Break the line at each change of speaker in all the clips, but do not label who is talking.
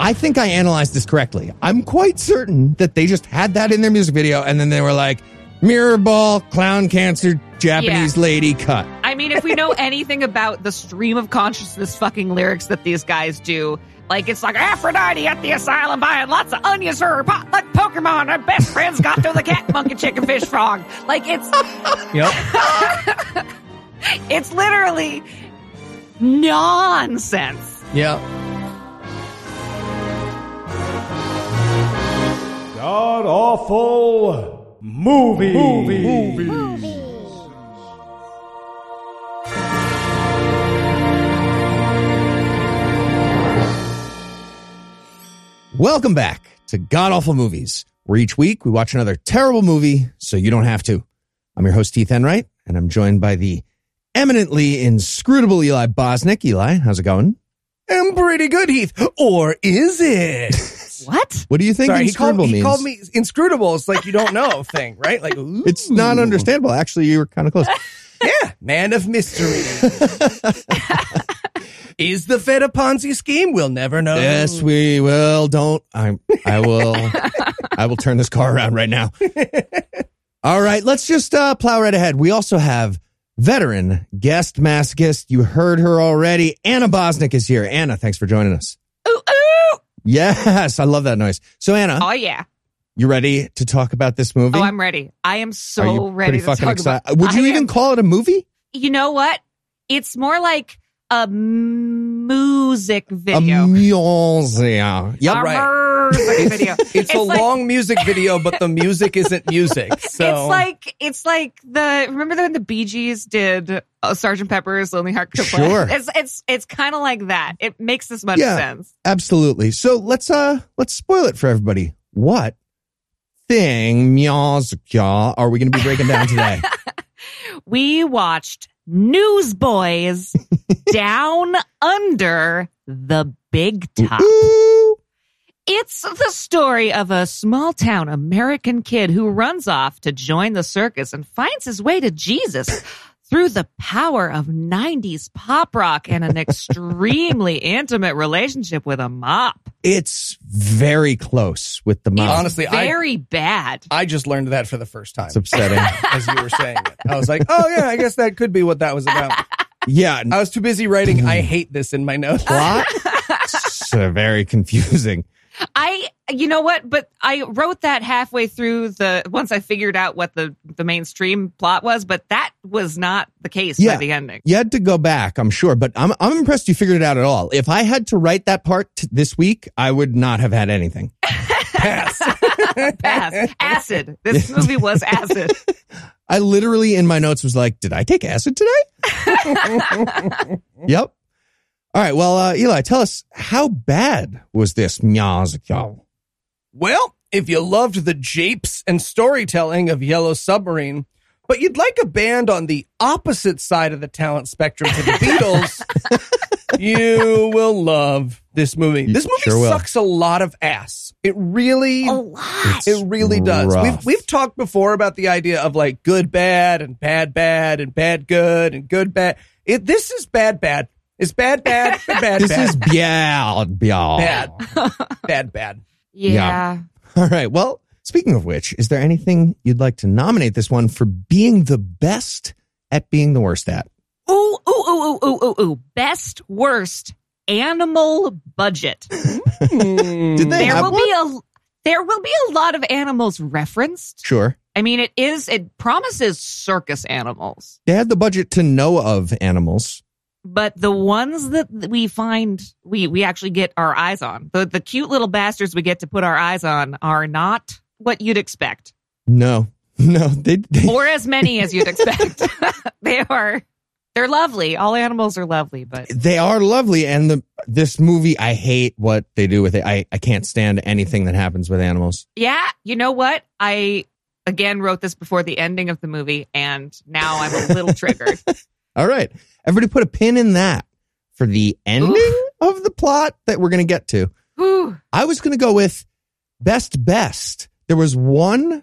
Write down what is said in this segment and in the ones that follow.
I think I analyzed this correctly. I'm quite certain that they just had that in their music video and then they were like, mirror ball, clown cancer, Japanese lady cut.
I mean, if we know anything about the stream of consciousness fucking lyrics that these guys do, like it's like Aphrodite at the asylum buying lots of onions for her pot like Pokemon. Our best friends got to the cat monkey chicken fish frog. Like it's
Yep.
it's literally nonsense.
Yeah.
God awful movie. Movie.
Welcome back to God Awful Movies, where each week we watch another terrible movie so you don't have to. I'm your host, Heath Enright, and I'm joined by the eminently inscrutable Eli Bosnick. Eli, how's it going?
I'm pretty good, Heath. Or is it?
What?
What do you think
Sorry, he called,
inscrutable
he
means?
called me inscrutable. It's like you don't know thing, right? Like, ooh,
it's not understandable. Actually, you were kind of close.
yeah, man of mystery. is the Fed a Ponzi scheme? We'll never know.
Yes, we will. Don't. I'm. I will. I will turn this car around right now. All right, let's just uh, plow right ahead. We also have veteran guest masochist. You heard her already. Anna Bosnick is here. Anna, thanks for joining us.
Ooh, ooh.
Yes, I love that noise. So, Anna,
Oh yeah.
you ready to talk about this movie?
Oh, I'm ready. I am so
Are you pretty
ready to
fucking
talk
excited?
about.
Would you
I
even
am-
call it a movie?
You know what? It's more like a music
A
video.
music. Yep.
A
right.
music video.
It's, a
like-
long music video, but the music isn't music. So
It's like it's like the remember when the Bee Gees did uh, Sergeant Pepper's Lonely Heart Club Band?
Sure.
It's it's it's kind of like that. It makes as much
Yeah.
sense.
Absolutely. So let's uh let's spoil it for everybody. What thing Miyazaki are we going to be breaking down today?
We watched Newsboys Down Under the Big Top.
Ooh,
It's the story of a small town American kid who runs off to join the circus and finds his way to Jesus through the power of 90s pop rock and an extremely intimate relationship with a mop.
it's very close with the mouth.
honestly, I
Very bad.
I just learned that for the first time
It's upsetting.
as you were saying it. I was like, oh yeah, I guess that could be what that was about.
yeah,
I was too busy writing. I hate this in my notes.
plot. so very confusing.
I, you know what? But I wrote that halfway through the, once I figured out what the, the mainstream plot was, but that was not the case
Yeah.
by the ending.
You had to go back, I'm sure, but I'm I'm impressed you figured it out at all. If I had to write that part t- this week, I would not have had anything.
Pass.
Pass. Acid. This movie was acid.
I literally in my notes was like, did I take acid today? yep. All right. Well, uh, Eli, tell us how bad was this Miyazaki?
Well, if you loved the japes and storytelling of Yellow Submarine, but you'd like a band on the opposite side of the talent spectrum to the Beatles, you will love this movie.
You
this movie
sure will.
sucks a lot of ass. It really
A lot.
it really does.
rough.
We've we've talked before about the idea of like good bad and bad bad and bad good and good bad. It this is bad bad. It's bad bad bad bad.
This
bad,
is bad, bad.
bad bad bad.
yeah.
All right. Well, speaking of which, is there anything you'd like to nominate this one for being the best at being the worst at?
Ooh, ooh, ooh, ooh, ooh, ooh, ooh. Best, worst animal budget.
Did they
There
have
will
one?
be a there will be a lot of animals referenced.
Sure.
I mean, it is it promises circus animals,
They had the budget to know of animals.
but the ones that we find we we actually get our eyes on the the cute little bastards we get to put our eyes on are not what you'd expect,
No, no, they, they
or as many as you'd expect. they are They're lovely. All animals are lovely, but
They are lovely, and the this movie, I hate what they do with it. I, I can't stand anything that happens with animals.
yeah, you know what? I again wrote this before the ending of the movie, and now I'm a little triggered.
All right, everybody, put a pin in that for the ending
Oof.
of the plot that we're gonna get to.
Whew.
I was going to go with best best. There was one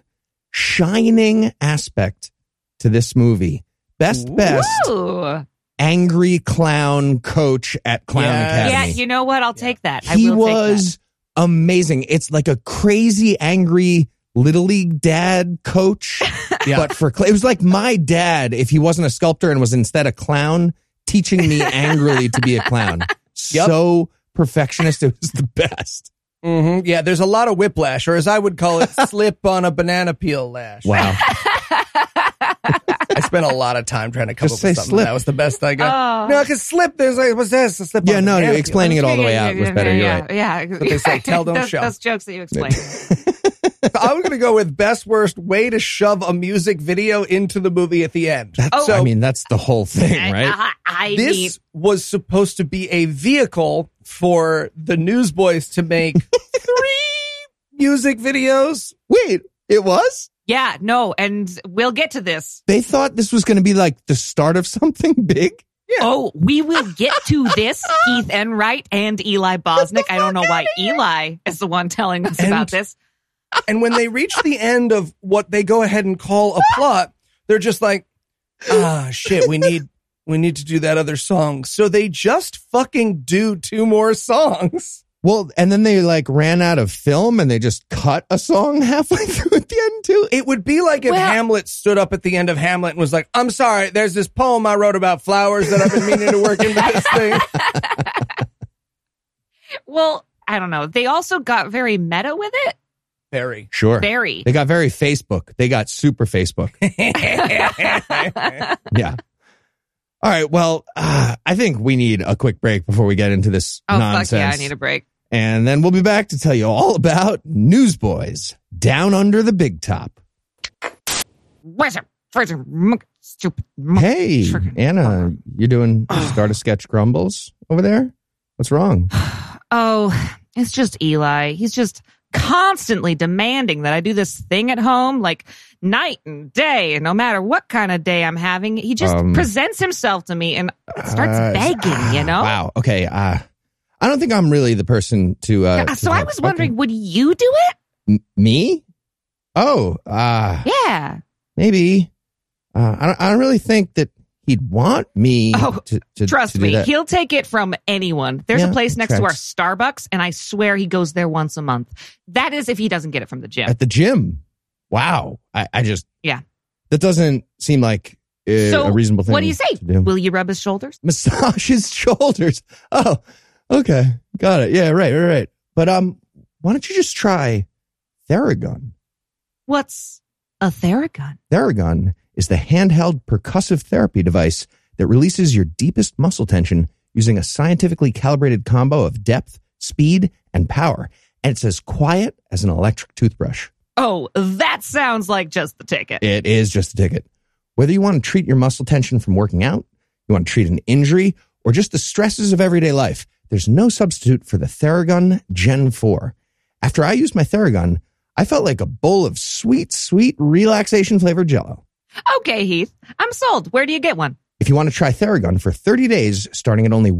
shining aspect to this movie. Best best
Ooh.
angry clown coach at Clown
Yes.
Yeah,
Academy.
you know what? I'll take that. I
he
will Take
was amazing. It's like a crazy angry little league dad coach,
Yeah.
but for cl- it was like my dad if he wasn't a sculptor and was instead a clown teaching me angrily to be a clown.
Yep.
So perfectionist. It was the best.
hmm Yeah, there's a lot of whiplash, or as I would call it, slip on a banana peel lash.
Wow.
I spent a lot of time trying to come
Just
up with
say
something.
slip.
That was the best I got.
Oh.
No, because slip, there's like, what's this? A slip on
Yeah,
a
no,
banana peel.
explaining it all the way out was better.
Yeah,
You're
yeah,
right.
yeah. yeah.
what they say, tell, don't
those,
show.
Those jokes that you explain.
So I'm going to go with best worst way to shove a music video into the movie at the end.
That's,
Oh. Uh-huh.
I mean, that's the whole thing, right?
I, I
this
need-
was supposed to be a vehicle for the Newsboys to make three music videos.
Wait, it was?
yeah, no, and we'll get to this.
They thought this was going to be like the start of something big.
Oh, we will get to this, Keith Enright and Eli Bosnick. I don't know why Eli is the one telling us
And-
about this.
And when they reach the end of what they go ahead and call a plot, they're just like, ah, shit, we need. We need to do that other song. So they just fucking do two more songs.
Well, and then they like ran out of film and they just cut a song halfway through at the end too.
It would be like if
Well-
Hamlet stood up at the end of Hamlet and was like, I'm sorry, there's this poem I wrote about flowers that I've been meaning to work into this thing.
Well, I don't know. They also got very meta with it.
Very.
Sure.
Very.
They got very Facebook. They got super Facebook. yeah. All right. Well, uh, I think we need a quick break before we get into this
Oh
nonsense.
fuck yeah! I need a break.
And then we'll be back to tell you all about Newsboys Down Under the Big Top.
Where's it? Where's it? Mug- Stupid. mug-
Hey,
Frickin'
Anna, you doing start a sketch grumbles over there? What's wrong?
Oh, it's just Eli. He's just constantly demanding that I do this thing at home, like night and day, and no matter what kind of day I'm having, he just
Um,
presents himself to me and starts
Uh,
begging, you know?
Wow. Okay. Uh, I don't think I'm really the person to. Uh,
Yeah,
to
so I
help.
was
Okay.
wondering, would you do it?
M- me? Oh, uh,
Yeah.
maybe. Uh, I don't. I don't really think that he'd want me.
Oh,
to, to,
Trust
to do
me,
that.
he'll take it from anyone. There's
Yeah,
a place next to our
tracks.
Starbucks, and I swear he goes there once a month. That is if he doesn't get it from the gym.
at the gym. Wow. I, I just.
Yeah.
That doesn't seem like uh,
So,
a reasonable thing.
what do you say?
to do.
Will you rub his shoulders?
massage his shoulders. Oh, okay. Got it. Yeah, right, right, right. But um, why don't you just try Theragun?
What's a Theragun?
Theragun is the handheld percussive therapy device that releases your deepest muscle tension using a scientifically calibrated combo of depth, speed, and power. And it's as quiet as an electric toothbrush.
Oh, that sounds like just the ticket.
It is just a ticket. Whether you want to treat your muscle tension from working out, you want to treat an injury, or just the stresses of everyday life, there's no substitute for the Theragun Gen 4. After I used my Theragun, I felt like a bowl of sweet, sweet relaxation flavored jello.
Okay, Heath, I'm sold. Where do you get one?
If you want to try Theragun for 30 days, starting at only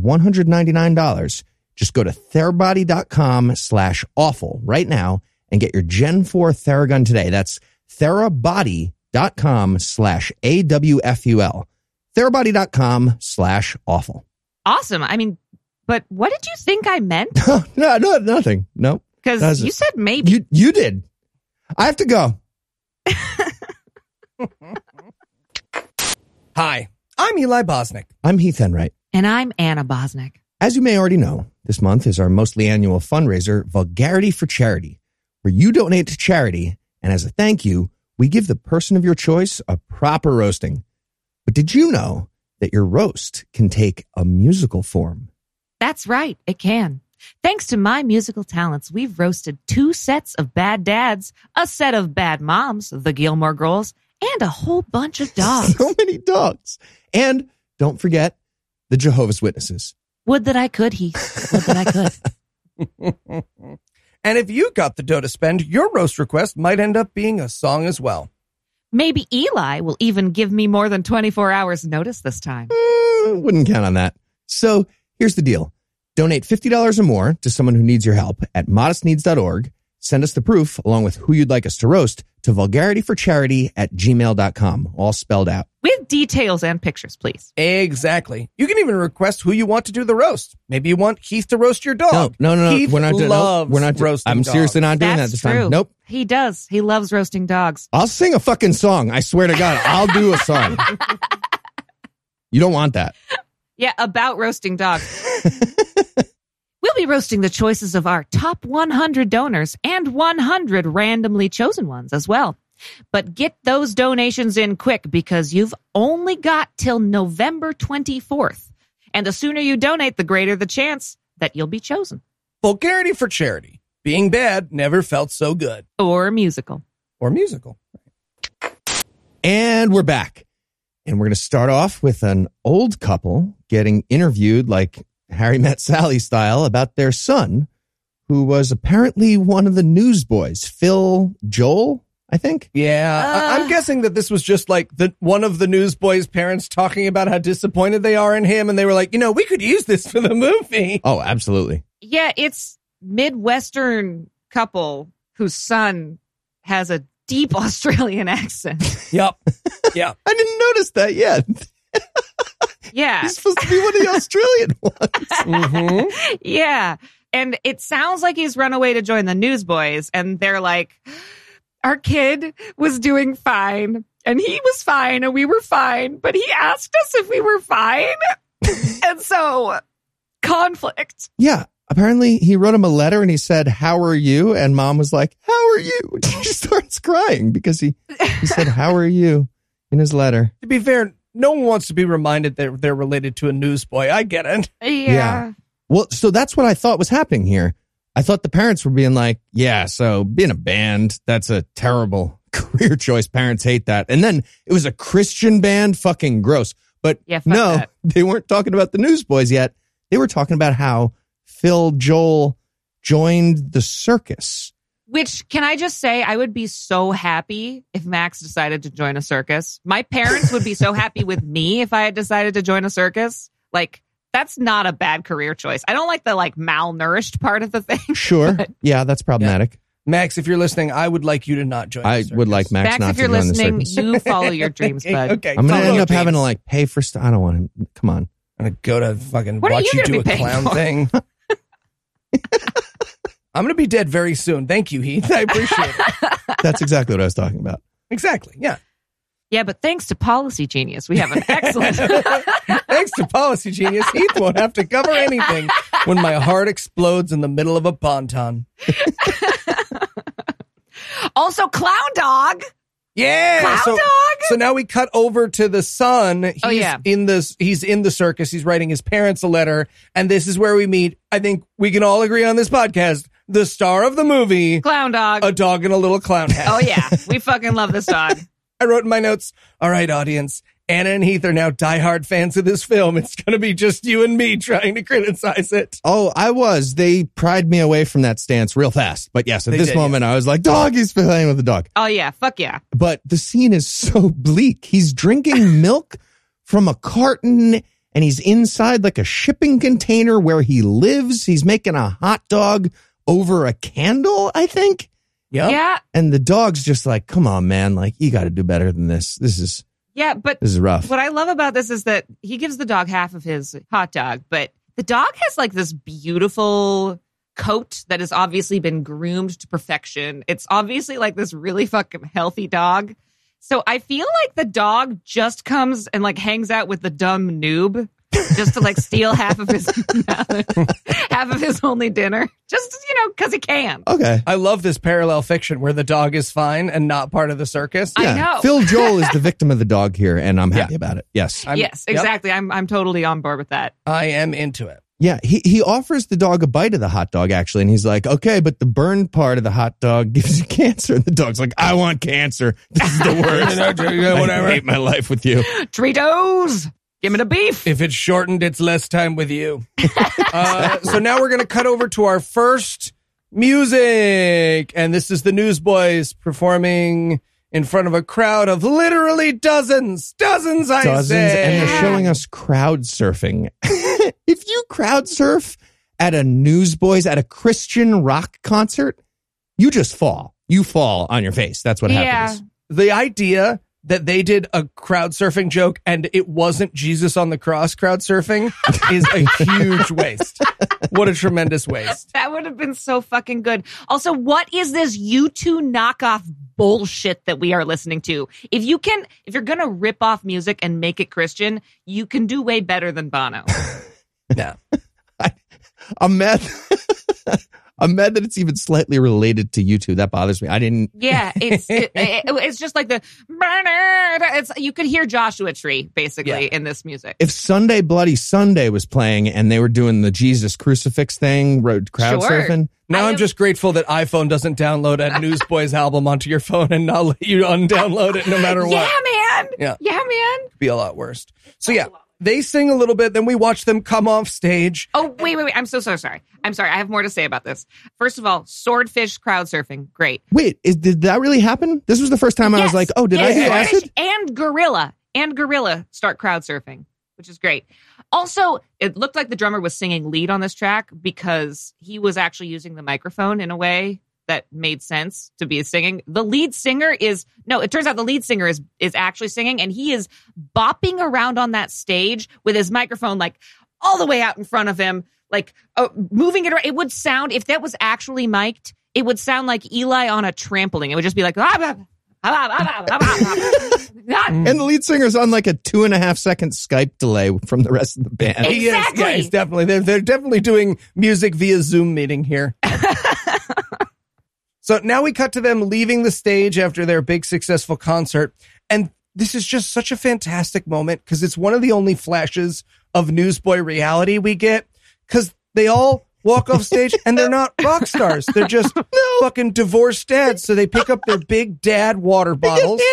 $199, just go to therabody.com slash awful right now and get your Gen 4 Theragun today. That's therabody.com slash A-W-F-U-L. Therabody.com slash awful.
Awesome. I mean, but what did you think I meant?
no, no, nothing. No,
Because
Doesn't-
you said maybe.
you, you did. I have to go.
Hi, I'm Eli Bosnick.
I'm Heath Enright.
And I'm Anna Bosnick.
As you may already know, this month is our mostly annual fundraiser, Vulgarity for Charity, where you donate to charity, and as a thank you, we give the person of your choice a proper roasting. But did you know that your roast can take a musical form?
That's right, it can. Thanks to my musical talents, we've roasted two sets of bad dads, a set of bad Ah. moms, the Gilmore Girls, and a whole bunch of dogs.
So many dogs. And don't forget the Jehovah's Witnesses.
Would that I could, he. Would that I could.
And if you got the dough to spend, your roast request might end up being a song as well.
Maybe Eli will even give me more than 24 hours notice this time.
Mm, wouldn't count on that. So here's the deal. Donate $50 or more to someone who needs your help at modestneeds.org. Send us the proof along with who you'd like us to roast to vulgarityforcharity at gmail.com, all spelled out.
With details and pictures, please.
Exactly. You can even request who you want to do the roast. Maybe you want Heath to roast your dog.
No, no, no, no.
Heath
we're not doing
loves
no, we're not do-
roasting
I'm
dogs.
seriously not doing that
That's
this
true.
time. Nope.
He does. He loves roasting dogs.
I'll sing a fucking song. I swear to God, I'll do a song. you don't want that.
Yeah, about roasting dogs. we'll be roasting the choices of our top 100 donors and 100 randomly chosen ones as well. But get those donations in quick because you've only got till November 24th. And the sooner you donate, the greater the chance that you'll be chosen
Vulgarity for charity. Being bad never felt so good.
or musical.
Or musical.
And we're back. And we're going to start off with an old couple getting interviewed, like Harry Met Sally style, about their son, who was apparently one of the newsboys, Phil Joel, I think.
Yeah, I- I'm
Uh.
guessing that this was just like the one of the newsboys' parents talking about how disappointed they are in him, and they were like, you know, we could use this for the movie.
Oh, absolutely.
Yeah, it's Midwestern couple whose son has a deep Australian accent.
Yep. Yeah.
I didn't notice that yet.
Yeah.
He's supposed to be one of the Australian ones.
Mm-hmm.
Yeah. And it sounds like he's run away to join the newsboys. And they're like, our kid was doing fine and he was fine and we were fine, but he asked us if we were fine. and so conflict.
Yeah. Apparently, he wrote him a letter and he said, How are you? And mom was like, How are you? And she starts crying because he, he said, How are you in his letter.
To be fair, no one wants to be reminded that they're related to a newsboy. I get it.
Yeah.
Yeah. Well, so that's what I thought was happening here. I thought the parents were being like, yeah, so being a band, that's a terrible career choice. Parents hate that. And then it was a Christian band, fucking gross. But
Yeah, fuck
no,
that.
they weren't talking about the Newsboys yet. They were talking about how Phil Joel joined the circus.
Which can I just say, I would be so happy if Max decided to join a circus. My parents would be so happy with me if I had decided to join a circus. Like, that's not a bad career choice. I don't like the like malnourished part of the thing.
Sure. yeah, that's problematic.
Max, if you're listening, I I would like you to not join.
I
the circus.
would like Max,
Max,
not
if you're
to join the
listening,
circus.
you follow your dreams, bud.
Okay,
I'm going
follow
to end
your
up having to
dreams.
like pay for stuff. I don't want him. Come on.
I'm gonna go to fucking
What are
watch
you
you,
gonna
do a
be paying
clown
for?
thing. I'm gonna be dead very soon. Thank you, Heath. I appreciate it.
That's exactly what I was talking about.
Exactly. Yeah.
Yeah, but thanks to Policy Genius, we have an excellent.
Thanks to Policy Genius, Heath won't have to cover anything when my heart explodes in the middle of a ponton.
also, Clown Dog.
Yeah.
Clown
so,
dog?
so now we cut over to the son. He's
Oh, yeah.
in this he's in the circus. He's writing his parents a letter. And this is where we meet, I think we can all agree on this podcast, the star of the movie,
Clown Dog.
Oh,
A Dog in a Little Clown Hat.
oh, yeah. We fucking love this dog.
I wrote in my notes, all right, audience. Anna and Heath are now diehard fans of this film. It's going to be just you and me trying to criticize it.
Oh, I was. They pried me away from that stance real fast. But yes, at
They
this
did,
moment, I was like, dog, he's playing with the dog.
Oh, yeah. Fuck yeah.
But the scene is so bleak. He's drinking milk from a carton and he's inside like a shipping container where he lives. He's making a hot dog over a candle, I think. Oh.
Yep.
Yeah.
And the dog's just like, come on, man. Like, you got to do better than this. This is,
Yeah. But
this is rough.
What I love about this is that he gives the dog half of his hot dog, but the dog has like this beautiful coat that has obviously been groomed to perfection. It's obviously like this really fucking healthy dog. So I feel like the dog just comes and like hangs out with the dumb noob just to like steal half of his half of his only dinner. Just you know, cause he can.
Okay.
I love this parallel fiction where the dog is fine and not part of the circus.
I know.
Phil Joel is the victim of the dog here, and I'm happy about it. Yes.
I'm-
yes,
yep,
exactly. I'm I'm totally on board with that.
I am into it.
Yeah, he, he offers the dog a bite of the hot dog actually, and he's like, "Okay, but the burned part of the hot dog gives you cancer." And the dog's like, "I want cancer. This is the worst.
You know,
I
whatever.
hate my life with you."
Doritos. Give me the beef.
If it's shortened, it's less time with you. uh, so now we're going to cut over to our first music. And this is the Newsboys performing in front of a crowd of literally dozens, dozens, I
dozens,
say.
and they're showing us crowd surfing. if you crowd surf at a Newsboys at a Christian rock concert, you just fall. You fall on your face. That's what happens.
the idea that they did a crowd surfing joke and it wasn't Jesus on the cross crowd surfing is a huge waste. What a tremendous waste.
That would have been so fucking good. Also, what is this U2 knockoff bullshit that we are listening to? If you can, if you're gonna rip off music and make it Christian, you can do way better than Bono.
Yeah.
I'm mad. I'm mad that it's even slightly related to YouTube. That bothers me. I didn't.
Yeah, it's it, it- it's just like the it's you could hear Joshua Tree basically in this music.
If Sunday Bloody Sunday was playing and they were doing the Jesus crucifix thing, road crowd
Sure.
surfing,
Now
I
I'm
am-
just grateful that iPhone doesn't download a Newsboys album onto your phone and not let you undownload it no matter what.
Yeah, man.
Yeah.
yeah, man.
be a lot worse. So yeah, they sing a little bit, then we watch them come off stage.
Oh, wait, wait, wait. I'm so, so sorry. I'm sorry. I have more to say about this. First of all, swordfish crowd surfing. Great.
wait, is, did that really happen? This was the first time I was
Yes,
like, oh, did I
yes,
do acid?
swordfish And gorilla. And gorilla start crowd surfing, which is great. Also, it looked like the drummer was singing lead on this track because he was actually using the microphone in a way that made sense to be singing. The lead singer is no, it turns out the lead singer is is actually singing and he is bopping around on that stage with his microphone like all the way out in front of him, like uh, moving it around. It would sound if that was actually mic'd, it would sound like Eli on a trampoline. It would just be like. "Ah, blah, blah, blah, blah, blah, blah, blah."
And the lead singer's on like a two and a half second Skype delay from the rest of the band.
Hey.
He is- yeah,
Exactly.
he's definitely they're, they're definitely doing music via Zoom meeting here. so now we cut to them leaving the stage after their big successful concert, and this is just such a fantastic moment because it's one of the only flashes of newsboy reality we get because they all walk off stage and they're not rock stars; they're just fucking divorced dads. So they pick up their big dad water bottles.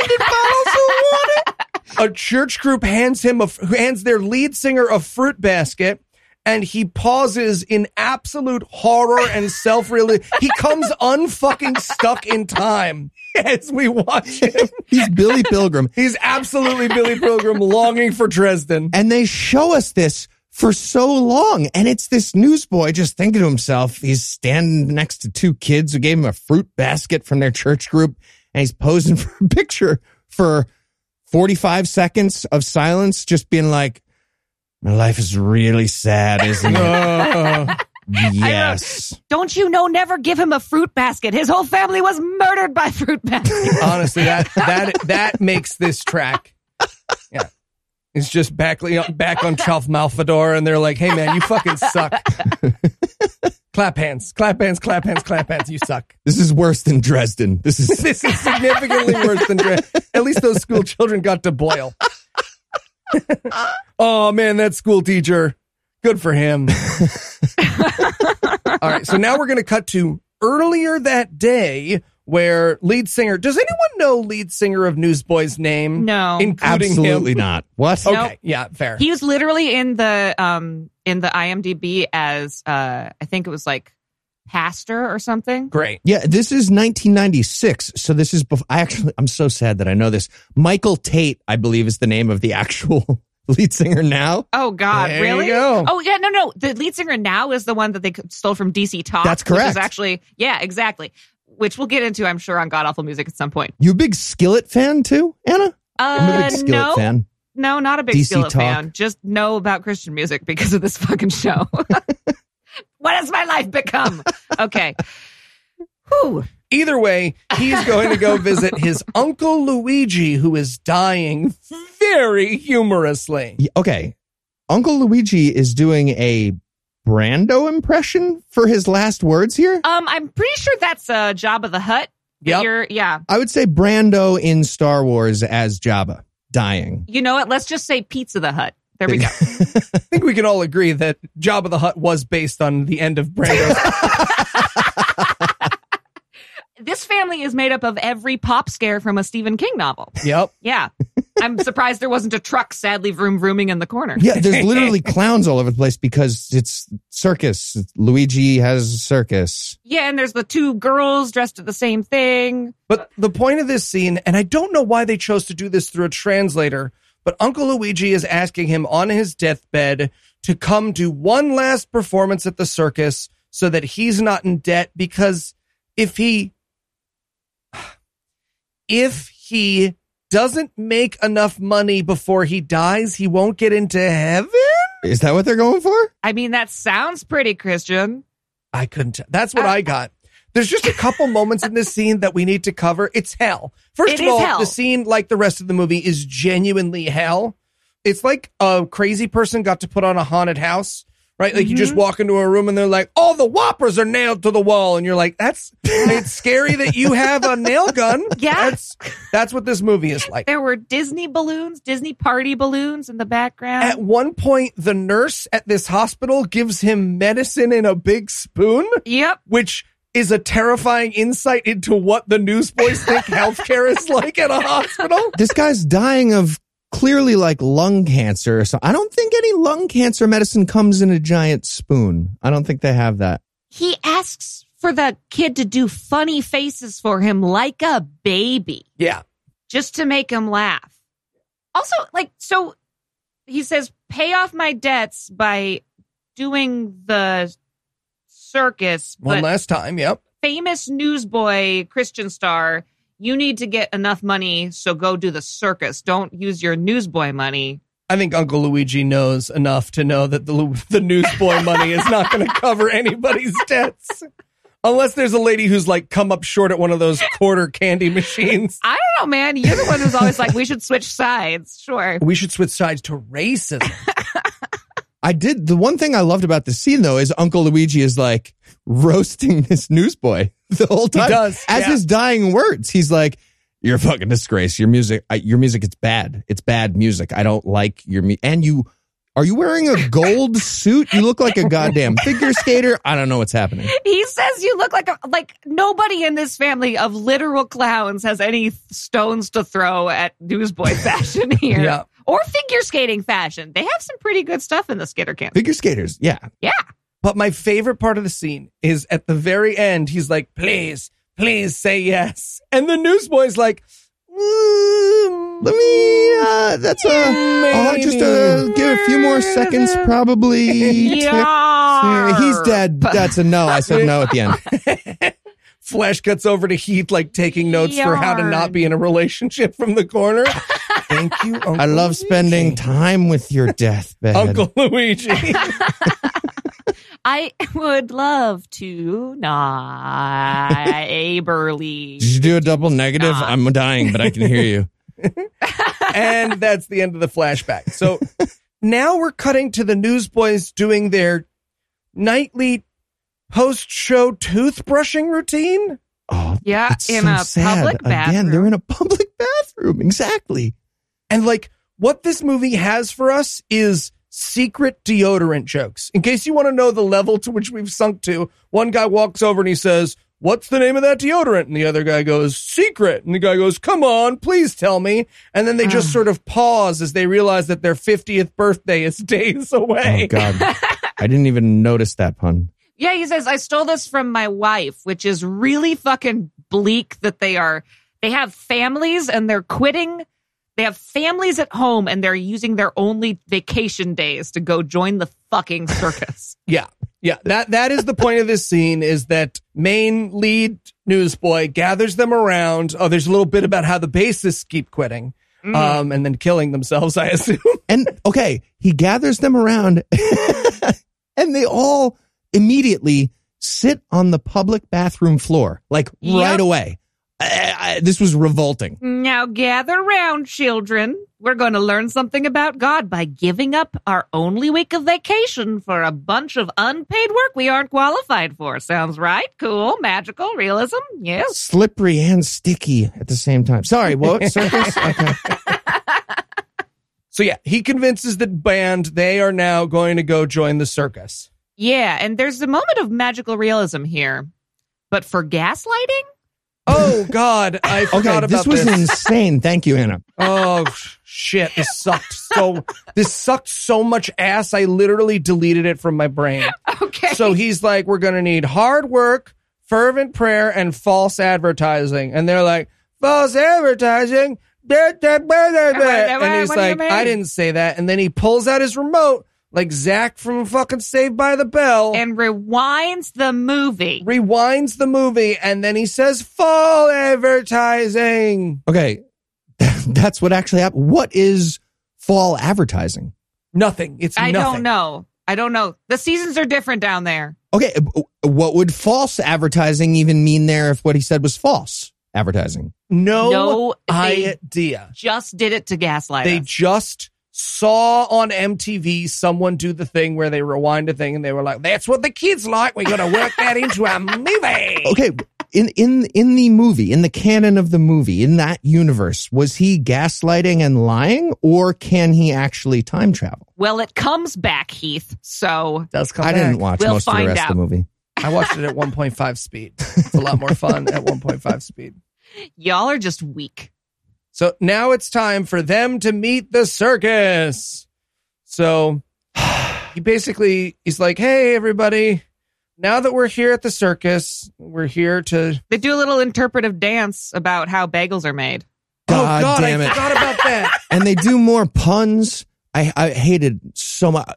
a church group hands him a hands their lead singer a fruit basket and he pauses in absolute horror and self realization he comes unfucking stuck in time as we watch him
He's Billy Pilgrim.
he's absolutely billy pilgrim longing for dresden
And they show us this for so long. And it's this newsboy just thinking to himself, he's standing next to two kids who gave him a fruit basket from their church group. And he's posing for a picture for 45 seconds of silence, just being like, my life is really sad, isn't it?
Oh.
yes.
Don't you know? Never give him a fruit basket. His whole family was murdered by fruit baskets.
honestly that that that makes this track yeah it's just back back on Chalf Malfador, and they're like, "Hey man, you fucking suck." clap hands, clap hands, clap hands, clap hands. You suck.
This is worse than Dresden. This is
this is significantly worse than Dre. At least those school children got to boil. oh man, that school teacher. Good for him. All right, so now we're going to cut to earlier that day where lead singer. Does anyone know lead singer of Newsboys' name?
No.
including
absolutely
him.
not. What?
Okay,
Nope.
yeah, fair.
He was literally in the um in the IMDb as uh I think it was like pastor or something.
Great.
Yeah, this is 1996. So this is bef- I actually I'm so sad that I know this. Michael Tate, I believe is the name of the actual lead singer now.
Oh God,
There you
really?
go.
Oh yeah, no, no. The lead singer now is the one that they stole from DC Talk.
That's
Which
correct.
is actually, yeah, exactly. Which we'll get into, I'm sure, on God Awful Music at some point.
You a big Skillet fan too, Anna? I'm a
Uh,
big Skillet
no,
fan.
no, not a big
DC
Skillet
Talk.
fan. Just know about Christian music because of this fucking show. what has my life become? Okay. Whew.
Either way, he's going to go visit his uncle Luigi, who is dying very humorously.
Y- Okay. Uncle Luigi is doing a Brando impression for his last words here.
Um, I'm pretty sure that's a uh, Job of the Hut.
Yep.
You're, yeah.
I would say Brando in Star Wars as Jabba dying.
You know what? Let's just say Pizza the Hut. There we go.
I think we can all agree that Job of the Hut was based on the end of Brando's.
this family is made up of every pop scare from a Stephen King novel.
yep.
Yeah. I'm surprised there wasn't a truck sadly vroom vrooming in the corner.
Yeah, there's literally clowns all over the place because it's circus. Luigi has circus.
Yeah, and there's the two girls dressed at the same thing.
But the point of this scene, and I don't know why they chose to do this through a translator, but Uncle Luigi is asking him on his deathbed to come do one last performance at the circus so that he's not in debt because if he if he doesn't make enough money before he dies, he won't get into heaven.
Is that what they're going for?
I mean, that sounds pretty Christian.
I couldn't. T- that's what I got. There's just a couple moments in this scene that we need to cover. It's hell. First
It
of
is
all,
hell.
the scene, like the rest of the movie, is genuinely hell. It's like a crazy person got to put on a haunted house, right? Like you
Mm-hmm.
just walk into a room and they're like, all the whoppers are nailed to the wall. And you're like, that's, it's scary that you have a nail gun.
Yeah.
That's, that's what this movie is like.
There were Disney balloons, Disney party balloons in the background.
At one point, the nurse at this hospital gives him medicine in a big spoon.
yep.
which is a terrifying insight into what the newsboys think healthcare is like at a hospital.
This guy's dying of clearly like lung cancer or something. I don't think any lung cancer medicine comes in a giant spoon. I don't think they have that.
He asks for the kid to do funny faces for him like a baby.
Yeah.
just to make him laugh. Also, like, so he says, pay off my debts by doing the circus,
One
but
last time. Yep.
famous newsboy Christian star, you need to get enough money, so go do the circus. Don't use your newsboy money.
I think Uncle Luigi knows enough to know that the Lu- the newsboy money is not going to cover anybody's debts. Unless there's a lady who's like come up short at one of those quarter candy machines.
I don't know, man. You're the one who's always like, we should switch sides. Sure.
We should switch sides to racism.
I did. The one thing I loved about this scene though is Uncle Luigi is like roasting this newsboy the whole time.
does,
As
yeah.
his dying words, he's like, "You're a fucking disgrace. Your music, I, your music, it's bad. It's bad music. I don't like your me. And you, are you wearing a gold suit? You look like a goddamn figure skater. I don't know what's happening.
He says you look like a, like nobody in this family of literal clowns has any stones to throw at newsboy fashion here.
Yeah.
Or figure skating fashion. They have some pretty good stuff in the skater camp.
Figure skaters, yeah.
But my favorite part of the scene is at the very end, he's like, please, please say yes. And the newsboy's like, "Mm,
Let me. Uh, that's a. I'll just uh, give a few more seconds, probably.
Yeah.
He's dead. That's a no. I said no at the end.
Flash cuts over to Heath, like taking notes for how to not
Yarn.
be in a relationship from the corner. Thank you, Uncle
I love
Luigi.
spending time with your deathbed.
Uncle Luigi.
I would love to not Aberly.
Did you do a double negative? I'm dying, but I can hear you.
and that's the end of the flashback. So now we're cutting to the newsboys doing their nightly post show toothbrushing routine.
Oh,
Yeah,
that's
Uh, in
so
a
sad.
public
Again,
bathroom.
they're in a public bathroom. Exactly.
And like what this movie has for us is secret deodorant jokes. In case you want to know the level to which we've sunk to, one guy walks over and he says, What's the name of that deodorant? And the other guy goes, Secret. And the guy goes, Come on, please tell me. And then they just sort of pause as they realize that their 50th birthday is days away.
Oh God, I didn't even notice that pun.
Yeah, he says, I stole this from my wife, which is really fucking bleak that they are, they have families and they're quitting. They have families at home and they're using their only vacation days to go join the fucking circus.
Yeah. Yeah. That that is the point of this scene is that main lead newsboy gathers them around. Oh, there's a little bit about how the bassists keep quitting.
Mm-hmm.
Um, and then killing themselves, I assume.
And okay, he gathers them around, and they all immediately sit on the public bathroom floor, like right
Yep.
away. I, I, this was revolting.
now gather round, children. We're going to learn something about God by giving up our only week of vacation for a bunch of unpaid work we aren't qualified for. Sounds right? Cool, magical, realism? Yes.
slippery and sticky at the same time. Sorry, what circus? Okay.
So yeah, he convinces the band they are now going to go join the circus.
Yeah, and there's a moment of magical realism here, but for gaslighting,
Oh God, I
Okay,
forgot
this
about
was
this.
insane. Thank you, Anna.
oh sh- shit, this sucked so. This sucked so much ass. I literally deleted it from my brain.
Okay.
So he's like, we're gonna need hard work, fervent prayer, and false advertising. And they're like, false advertising. Da, da, ba, da, da. And he's
What do you
like, I
mean?
didn't say that. And then he pulls out his remote, like Zach from fucking Saved by the Bell.
and rewinds the movie.
rewinds the movie and then he says fall advertising
Okay, that's what actually happened. What is fall advertising?
nothing it's
I
nothing.
don't know. I don't know. The seasons are different down there.
Okay, w- what would false advertising even mean there if what he said was false advertising?
no,
No, they-
idea
Just did it to gaslight
they
us.
just saw on mtv someone do the thing where they rewind a thing and they were like that's what the kids like we're gonna work that into our movie
Okay, in in in the movie, in the canon of the movie, in that universe, was he gaslighting and lying, or can he actually time travel?
well, it comes back, Heath. So
does come
I
back.
didn't watch
We'll
most of the
find
rest of
out.
the movie.
i watched it at 1.5 speed it's a lot more fun at 1.5 speed
y'all are just weak.
so now it's time for them to meet the circus so he basically he's like, "Hey, everybody! Now that we're here at the circus, we're here to."
They do a little interpretive dance about how bagels are made.
God
oh God!
damn
I
it.
forgot about that.
and they do more puns. I, I hated so much.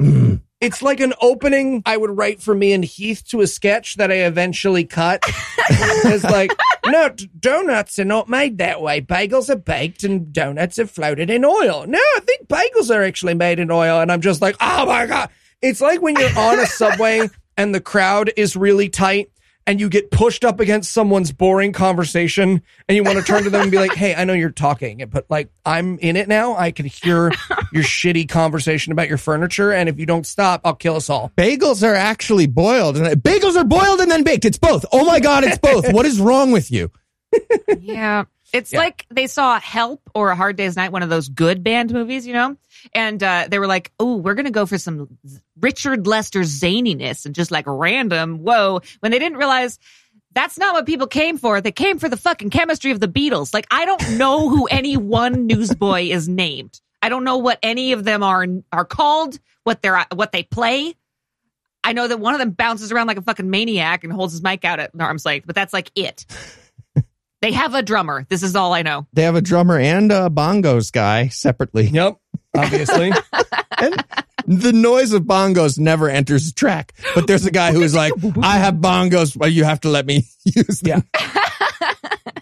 Mm.
It's like an opening I would write for me and Heath to a sketch that I eventually cut. it's like, no, d- donuts are not made that way. Bagels are baked and donuts are floated in oil. No, I think bagels are actually made in oil. And I'm just like, oh my God. It's like when you're on a subway and the crowd is really tight and you get pushed up against someone's boring conversation and you want to turn to them and be like, hey, I know you're talking, but like I'm in it now. I can hear your shitty conversation about your furniture. And if you don't stop, I'll kill us all.
Bagels are actually boiled, and bagels are boiled and then baked. It's both. Oh my god, it's both. what is wrong with you?
Yeah. It's
Yeah.
like they saw Help or A Hard Day's Night, one of those good band movies, you know? And uh, they were like, oh, we're going to go for some Z- Richard Lester zaniness and just like random, whoa. When they didn't realize that's not what people came for. They came for the fucking chemistry of the Beatles. Like, I don't know who any one newsboy is named. I don't know what any of them are are called, what they're what they play. I know that one of them bounces around like a fucking maniac and holds his mic out at arm's length, but that's like it. They have a drummer. This is all I know.
They have a drummer and a bongos guy separately.
Yep. Obviously.
And the noise of bongos never enters the track, but there's a guy who's like, "I have bongos, but you have to let me use them."
Yeah.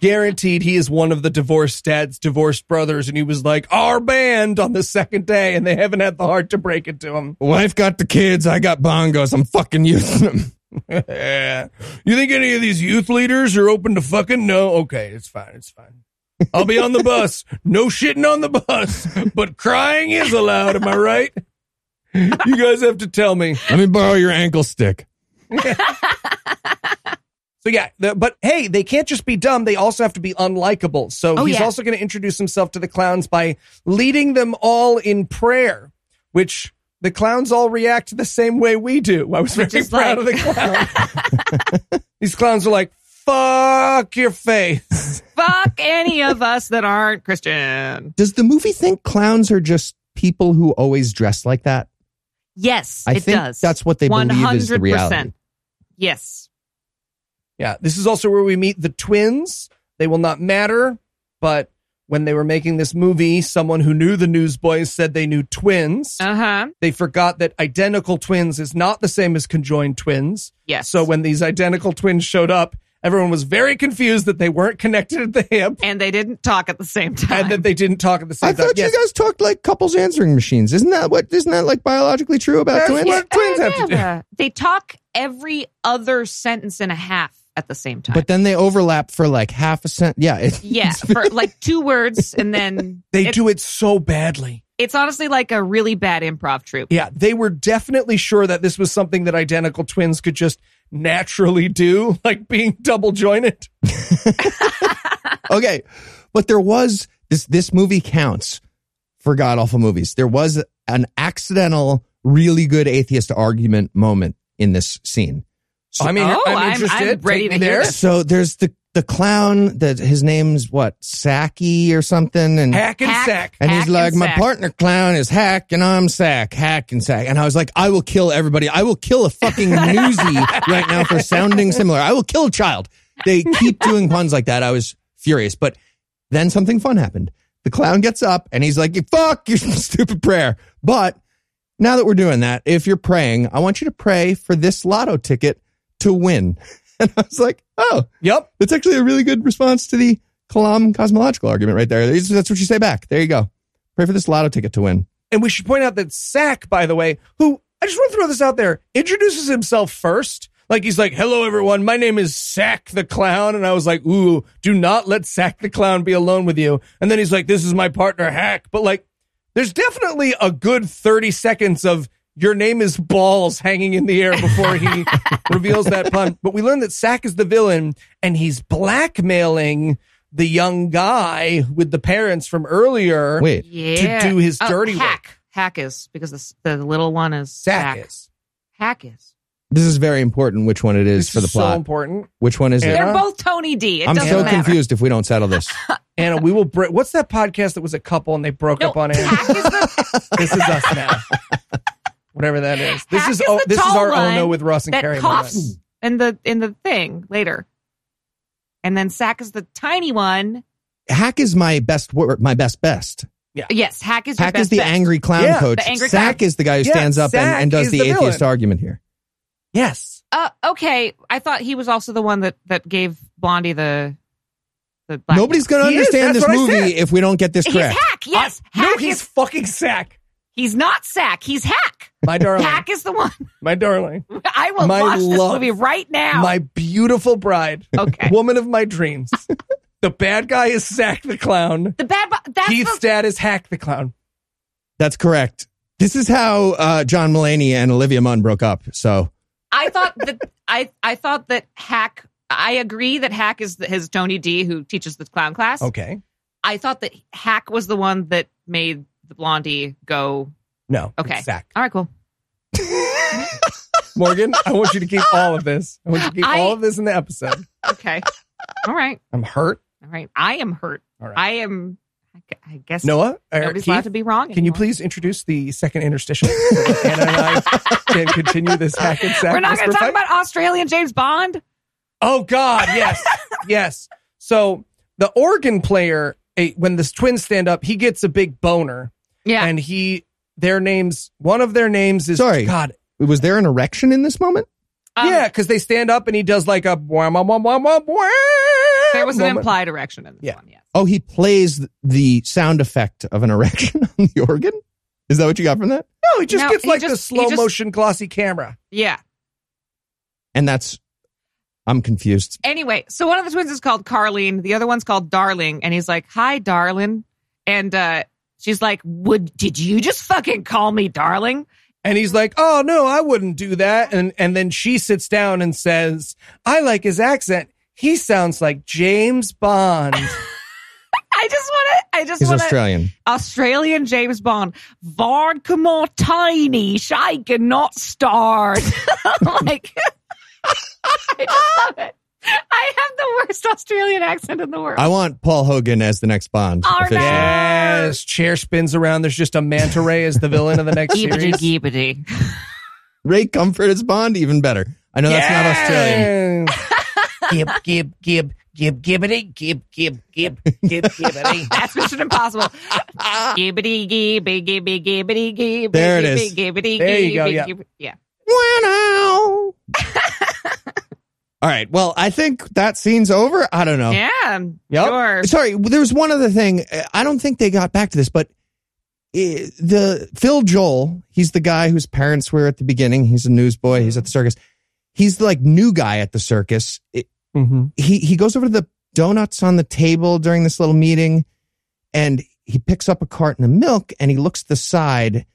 Guaranteed he is one of the divorced dad's divorced brothers, and he was like, our band on the second day, and they haven't had the heart to break it to him.
Wife got the kids. I got bongos. I'm fucking using them.
you think any of these youth leaders are open to fucking? No. Okay, it's fine. It's fine. I'll be on the bus. No shitting on the bus, but crying is allowed. Am I right? You guys have to tell me.
Let me borrow your ankle stick.
So yeah, the, but hey, they can't just be dumb. They also have to be unlikable. So
Oh,
he's
yeah.
also going to introduce himself to the clowns by leading them all in prayer, which the clowns all react the same way we do. I was very
is like-
proud of the clown. These clowns are like, "Fuck your faith."
Fuck any of us that aren't Christian.
Does the movie think clowns are just people who always dress like that?
Yes,
I
it
think
does.
that's what they believe is the reality.
Yes.
Yeah, this is also where we meet the twins. They will not matter, but when they were making this movie, someone who knew the Newsboys said they knew twins.
Uh huh.
they forgot that identical twins is not the same as conjoined twins.
Yes.
So when these identical twins showed up, everyone was very confused that they weren't connected at the hip
and they didn't talk at the same
and
time.
that they didn't talk at the same
I
time.
thought
Yes.
you guys talked like couples answering machines. Isn't that what? Isn't that like biologically true about
That's
twins?
what- twins have to do.
Yeah. They talk every other sentence and a half at the same time.
But then they overlap for like half a cent. Yeah, it's
yeah, for like two words, and then
they
it-
do it so badly.
It's honestly like a really bad improv troupe.
Yeah, they were definitely sure that this was something that identical twins could just naturally do, like being double jointed.
okay. But there was this. This movie counts for god awful movies. There was an accidental, really good atheist argument moment in this scene.
I mean,
Oh,
I'm
I'm-
interested.
oh, I'm ready
Take me
to hear
there.
this.
So there's the the clown that his name's what Saki or something, and
Hack and
Hack.
sack.
and
Hack
he's like,
and
my
sack."
partner clown is hack and I'm sack, hack and sack. And I was like, I will kill everybody. I will kill a fucking newsie right now for sounding similar. I will kill a child. They keep doing puns like that. I was furious. But then something fun happened. The clown gets up and he's like, fuck your stupid prayer. But now that we're doing that, if you're praying, I want you to pray for this lotto ticket to win. And I was like, oh,
Yep.
that's actually a really good response to the Kalam cosmological argument right there. That's that's what you say back. There you go. Pray for this lotto ticket to win.
And we should point out that Sack, by the way, who I just want to throw this out there, introduces himself first. Like he's like, "Hello, everyone. My name is Sack the Clown," and I was like, "Ooh, do not let Sack the Clown be alone with you." And then he's like, "This is my partner Hack," but like, there's definitely a good thirty seconds of your name is balls hanging in the air before he reveals that pun. But we learn that Sack is the villain, and he's blackmailing the young guy with the parents from earlier.
Wait,
Yeah.
do his
Oh,
dirty work.
hack. Hack is because the, s- the little one is
Sack
sack.
is.
Hack is.
this is very important. Which one it is
This
for the
is so
plot?
important.
Which one is it?
Yeah.
They're both Tony D. It
I'm
doesn't
so
matter.
confused if we don't settle this.
Anna, we will break. What's that podcast that was a couple and they broke
No,
up on air?
Hack is the,
this is us now. Whatever that is. This
Hack
is,
is
oh,
the
this is
tall
our oh
one
no with Ross and Carrie.
that coughs in the in the thing later, and then Sack is the tiny one.
Hack is my best word. My best best.
Yes, Hack is your
Hack
best
is the
bet.
angry clown
Yeah,
coach.
the angry
Sack is the guy who
Yeah,
stands up and,
Sack
and does
is
the,
the
atheist
villain.
argument here.
Yes.
Uh, okay, I thought he was also the one that that gave Blondie the the. Black
Nobody's going to
He is,
understand
that's
this
what I said.
movie if we don't get this
He's
correct.
Hack. Yes,
I-
Hack
no, he's
is.
fucking sack.
He's not Sack. He's Hack.
My darling.
Hack is the one.
My darling.
I will
My
watch this
love.
movie right now.
My beautiful bride.
okay.
Woman of my dreams. the bad guy is Sack the Clown.
the bad. bo- That's
Keith
the,
Stad is Hack the Clown.
That's correct. This is how uh, John Mulaney and Olivia Munn broke up. So
I thought that I I thought that Hack. I agree that Hack is the, his Tony D who teaches the clown class.
Okay.
I thought that Hack was the one that made the Blondie go.
No. it's
Okay.
Sack.
All right, cool.
Morgan, I want you to keep all of this. I want you to keep
I-
all of this in the episode.
Okay. All right.
I'm hurt.
All right. I am hurt.
All right.
I am. I gu- I guess
Noah, or
nobody's
Keith,
allowed to be wrong.
Can you
anymore.
please introduce the second interstitial? so that Anna and I can continue this hack and sack.
We're not going
whisper
to talk
fight?
about Australian James Bond.
Oh God, yes, yes. So the organ player, eh, when the twins stand up, he gets a big boner,
Yeah.
and he their names. One of their names is
Sorry.
God.
was there an erection in this moment?
Um,
yeah, because they stand up and he does like a wah wah wah wah wah. wah
There was an
moment.
implied erection in this
Yeah.
one. Yes.
Oh, he plays the sound effect of an erection on the organ? Is that what you got from that?
No, he just
No,
gets
he
like the
just- he
slow
just-
motion glossy camera.
Yeah.
And that's I'm confused.
Anyway, so one of the twins is called Carlene, the other one's called Darling, and he's like, "Hi, darling," and uh, she's like, "Would did you just fucking call me darling?"
And he's like, "Oh no, I wouldn't do that." And and then she sits down and says, "I like his accent. He sounds like James Bond."
I just want to. I just
He's
want to.
Australian.
Australian James Bond. Vodka more tiny, shaken, not starred. like, I just love it. I have the worst Australian accent in the world.
I want Paul Hogan as the next Bond.
All
officially.
right.
yes, chair spins around. There's just a manta ray as the villain of the next
Gibbity
series.
gibbity.
Ray Comfort as Bond, even better. I know that's not Australian.
gib gib gib gib gibbity gib gib gib gib gibbity.
That's Mission Impossible. gibbity gibby gibby gibbity gibby.
There it
gibby,
is.
Gibbity
There you go,
gibby,
yeah.
gibby. yeah.
Wow. All right. Well, I think that scene's over. I
Oh.
don't know.
Yeah.
Yep.
Sure.
Sorry, there was one other thing. I don't think they got back to this, but eh, the Phil Joel, he's the guy whose parents were at the beginning. He's a newsboy. He's at
Mm-hmm.
the circus. He's the like new guy at the circus. It- he he goes over to the donuts on the table during this little meeting, and he picks up a carton of milk and he looks to the side,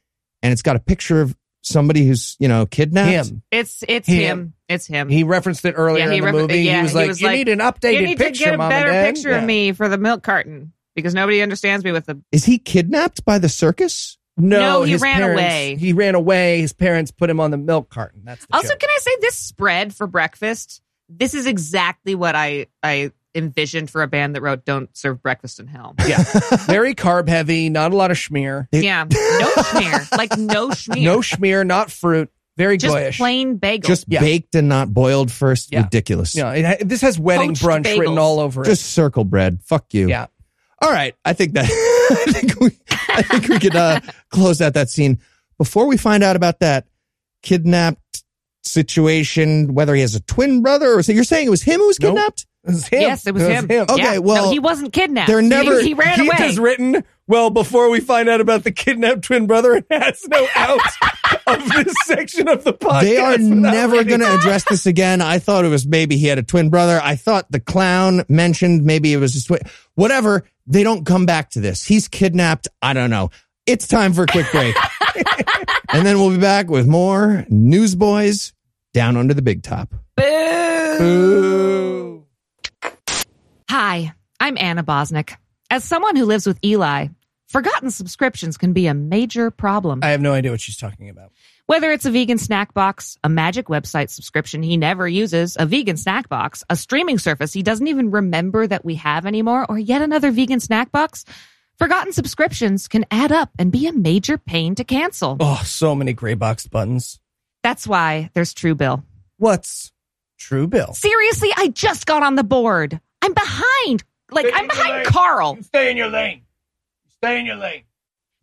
and it's got a picture of somebody who's you know kidnapped.
Him.
It's it's
He-
him. It's him.
He referenced it earlier
Yeah, he
in the
refer-
movie.
yeah,
he was
he
like,
was
"You
like,
need an updated
you need
picture,
to get a
Mom and
better
Dad."
picture
Yeah.
of me for the milk carton because nobody understands me with the
Is he kidnapped by the circus?
No,
No, he
his
ran
parents-
away.
He ran away. His parents put him on the milk carton. That's the
Also,
joke.
can I say this spread for breakfast? This is exactly what I I envisioned for a band that wrote "Don't Serve Breakfast in Hell."
Yeah. Very carb heavy, not a lot of schmear.
yeah, no schmear, like no schmear,
No schmear, not fruit. Very
just
goyish.
plain bagel.
Just
Yeah.
baked and not boiled first.
Yeah.
Ridiculous.
yeah, it ha- this has wedding
Poached
brunch
bagels.
written all over it.
Just circle bread. Fuck you.
yeah.
All right. I think that I think we I think we could uh, close out that scene. Before we find out about that kidnapped situation, whether he has a twin brother or so you're saying it was him who was
Nope.
kidnapped?
It's him.
yes, it was him.
Okay,
Yeah.
well,
no, he wasn't kidnapped.
they're
He-
never-
He, ran
he
away.
has written, well, before we find out about the kidnapped twin brother, it has no out of this section of the podcast.
They are
without
never
reading.
going to address this again. I thought it was maybe he had a twin brother. I thought the clown mentioned maybe it was his twin. Whatever. They don't come back to this. He's kidnapped. I don't know. It's time for a quick break. and then we'll be back with more Newsboys Down Under the Big Top.
Boo.
Hi, I'm Anna Bosnick. As someone who lives with Eli, forgotten subscriptions can be a major problem.
I have no idea what she's talking about.
Whether it's a vegan snack box, a magic website subscription he never uses, a vegan snack box, a streaming service he doesn't even remember that we have anymore, or yet another vegan snack box, forgotten subscriptions can add up and be a major pain to cancel.
Oh, so many gray box buttons.
That's why there's Truebill.
What's True Bill?
Seriously, I just got on the board. I'm behind. Like, I'm behind Carl.
Stay in your lane. Stay in your lane.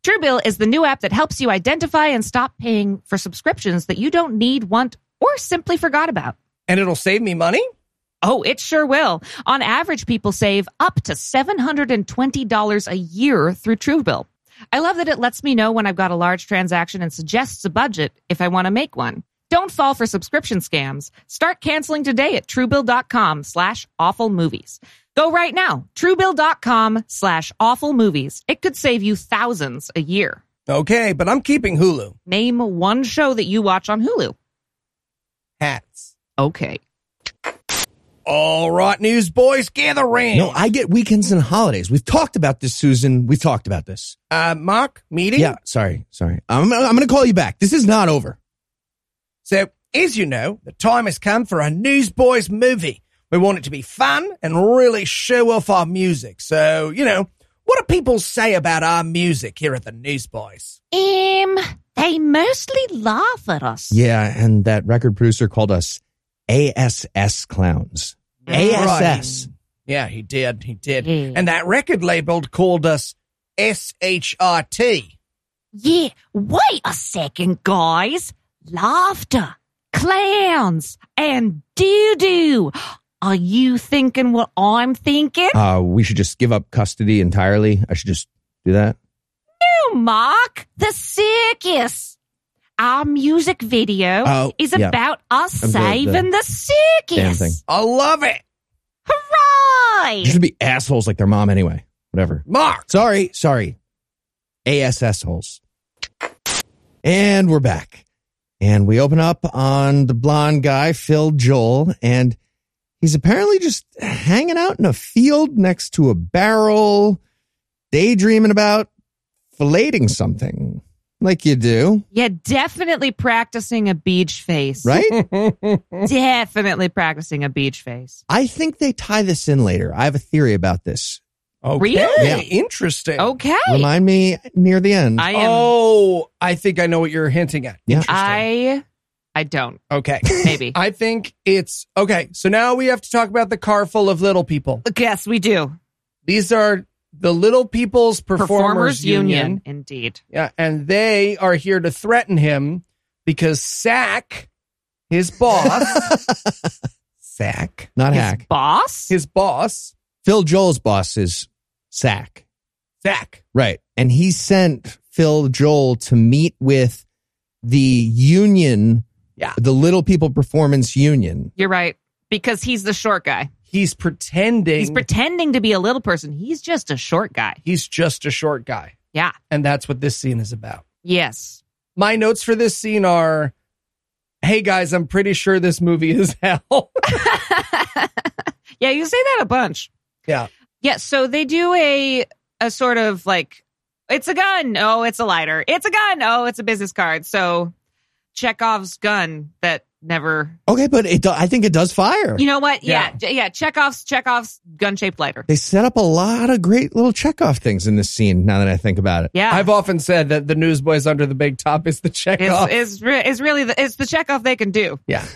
Truebill is the new app that helps you identify and stop paying for subscriptions that you don't need, want, or simply forgot about.
And it'll save me money?
Oh, it sure will. On average, people save up to $720 a year through Truebill. I love that it lets me know when I've got a large transaction and suggests a budget if I want to make one. Don't fall for subscription scams. Start canceling today at truebill.com slash awful movies. Go right now, truebill.com slash awful movies. It could save you thousands a year.
Okay, but I'm keeping Hulu.
Name one show that you watch on Hulu.
Hats.
Okay.
All right, newsboys, gather round.
No, I get weekends and holidays. We've talked about this, Susan. We've talked about this.
uh, mock meeting.
Yeah, sorry, sorry. I'm, I'm going to call you back. This is not over.
So, as you know, the time has come for a Newsboys movie. We want it to be fun and really show off our music. So, you know, what do people say about our music here at the Newsboys?
Um, they mostly laugh at us.
Yeah, and that record producer called us ASS clowns. ASS.
Yeah, he did. He did.
Yeah.
And that record label called us SHRT.
Yeah, wait a second, guys. Laughter, clowns, and doo doo. Are you thinking what I'm thinking?
uh, we should just give up custody entirely. I should just do that.
No, oh, Mark, the circus. Our music video
Oh,
is
yeah.
about us
I'm the- the
saving the,
damn thing.
circus.
I love it.
You
Hooray!
should be assholes like their mom anyway. Whatever.
Mark.
Sorry, sorry. ASS holes. And we're back. And we open up on the blonde guy, Phil Joel, and he's apparently just hanging out in a field next to a barrel, daydreaming about filleting something like you do,
Yeah, definitely practicing a beach face.
right?
Definitely practicing a beach face.
I think they tie this in later. I have a theory about this.
Okay.
Really?
Yeah.
Interesting.
Okay.
Remind me near the end.
I am.
Oh, I think I know what you're hinting at.
Yeah.
Interesting.
I. I don't.
okay.
Maybe.
I think it's okay. So now we have to talk about the car full of little people.
Yes, we do.
These are the Little People's Performers, Union.
Indeed.
Yeah, and they are here to threaten him because Sack, his boss, Sack,
Not
His
hack.
boss?
his boss,
Phil Joel's boss is Sack.
Sack.
Right. And he sent Phil Joel to meet with the union,
Yeah.
the Little People Performance Union.
You're right. Because he's the short guy.
He's pretending
He's
he's,
pretending to be a little person. He's just a short guy.
just a short guy,
Yeah.
and that's what this scene is about.
Yes.
My notes for this scene are. Hey guys, I'm pretty sure this movie is hell.
Yeah, you say that a bunch.
Yeah.
Yeah, so they do a a sort of like it's a gun. Oh, it's a lighter. It's a gun. Oh, it's a business card. So Chekhov's gun that never.
Okay, but it do, I think it does fire.
You know what?
Yeah.
Yeah, yeah. yeah Chekhov's Chekhov's gun shaped lighter.
they set up a lot of great little Chekhov things in this scene. Now that I think about it,
Yeah,
I've often said that the newsboys under the big top is the checkoff.
is is re- is really the, it's the Chekhov they can do.
yeah.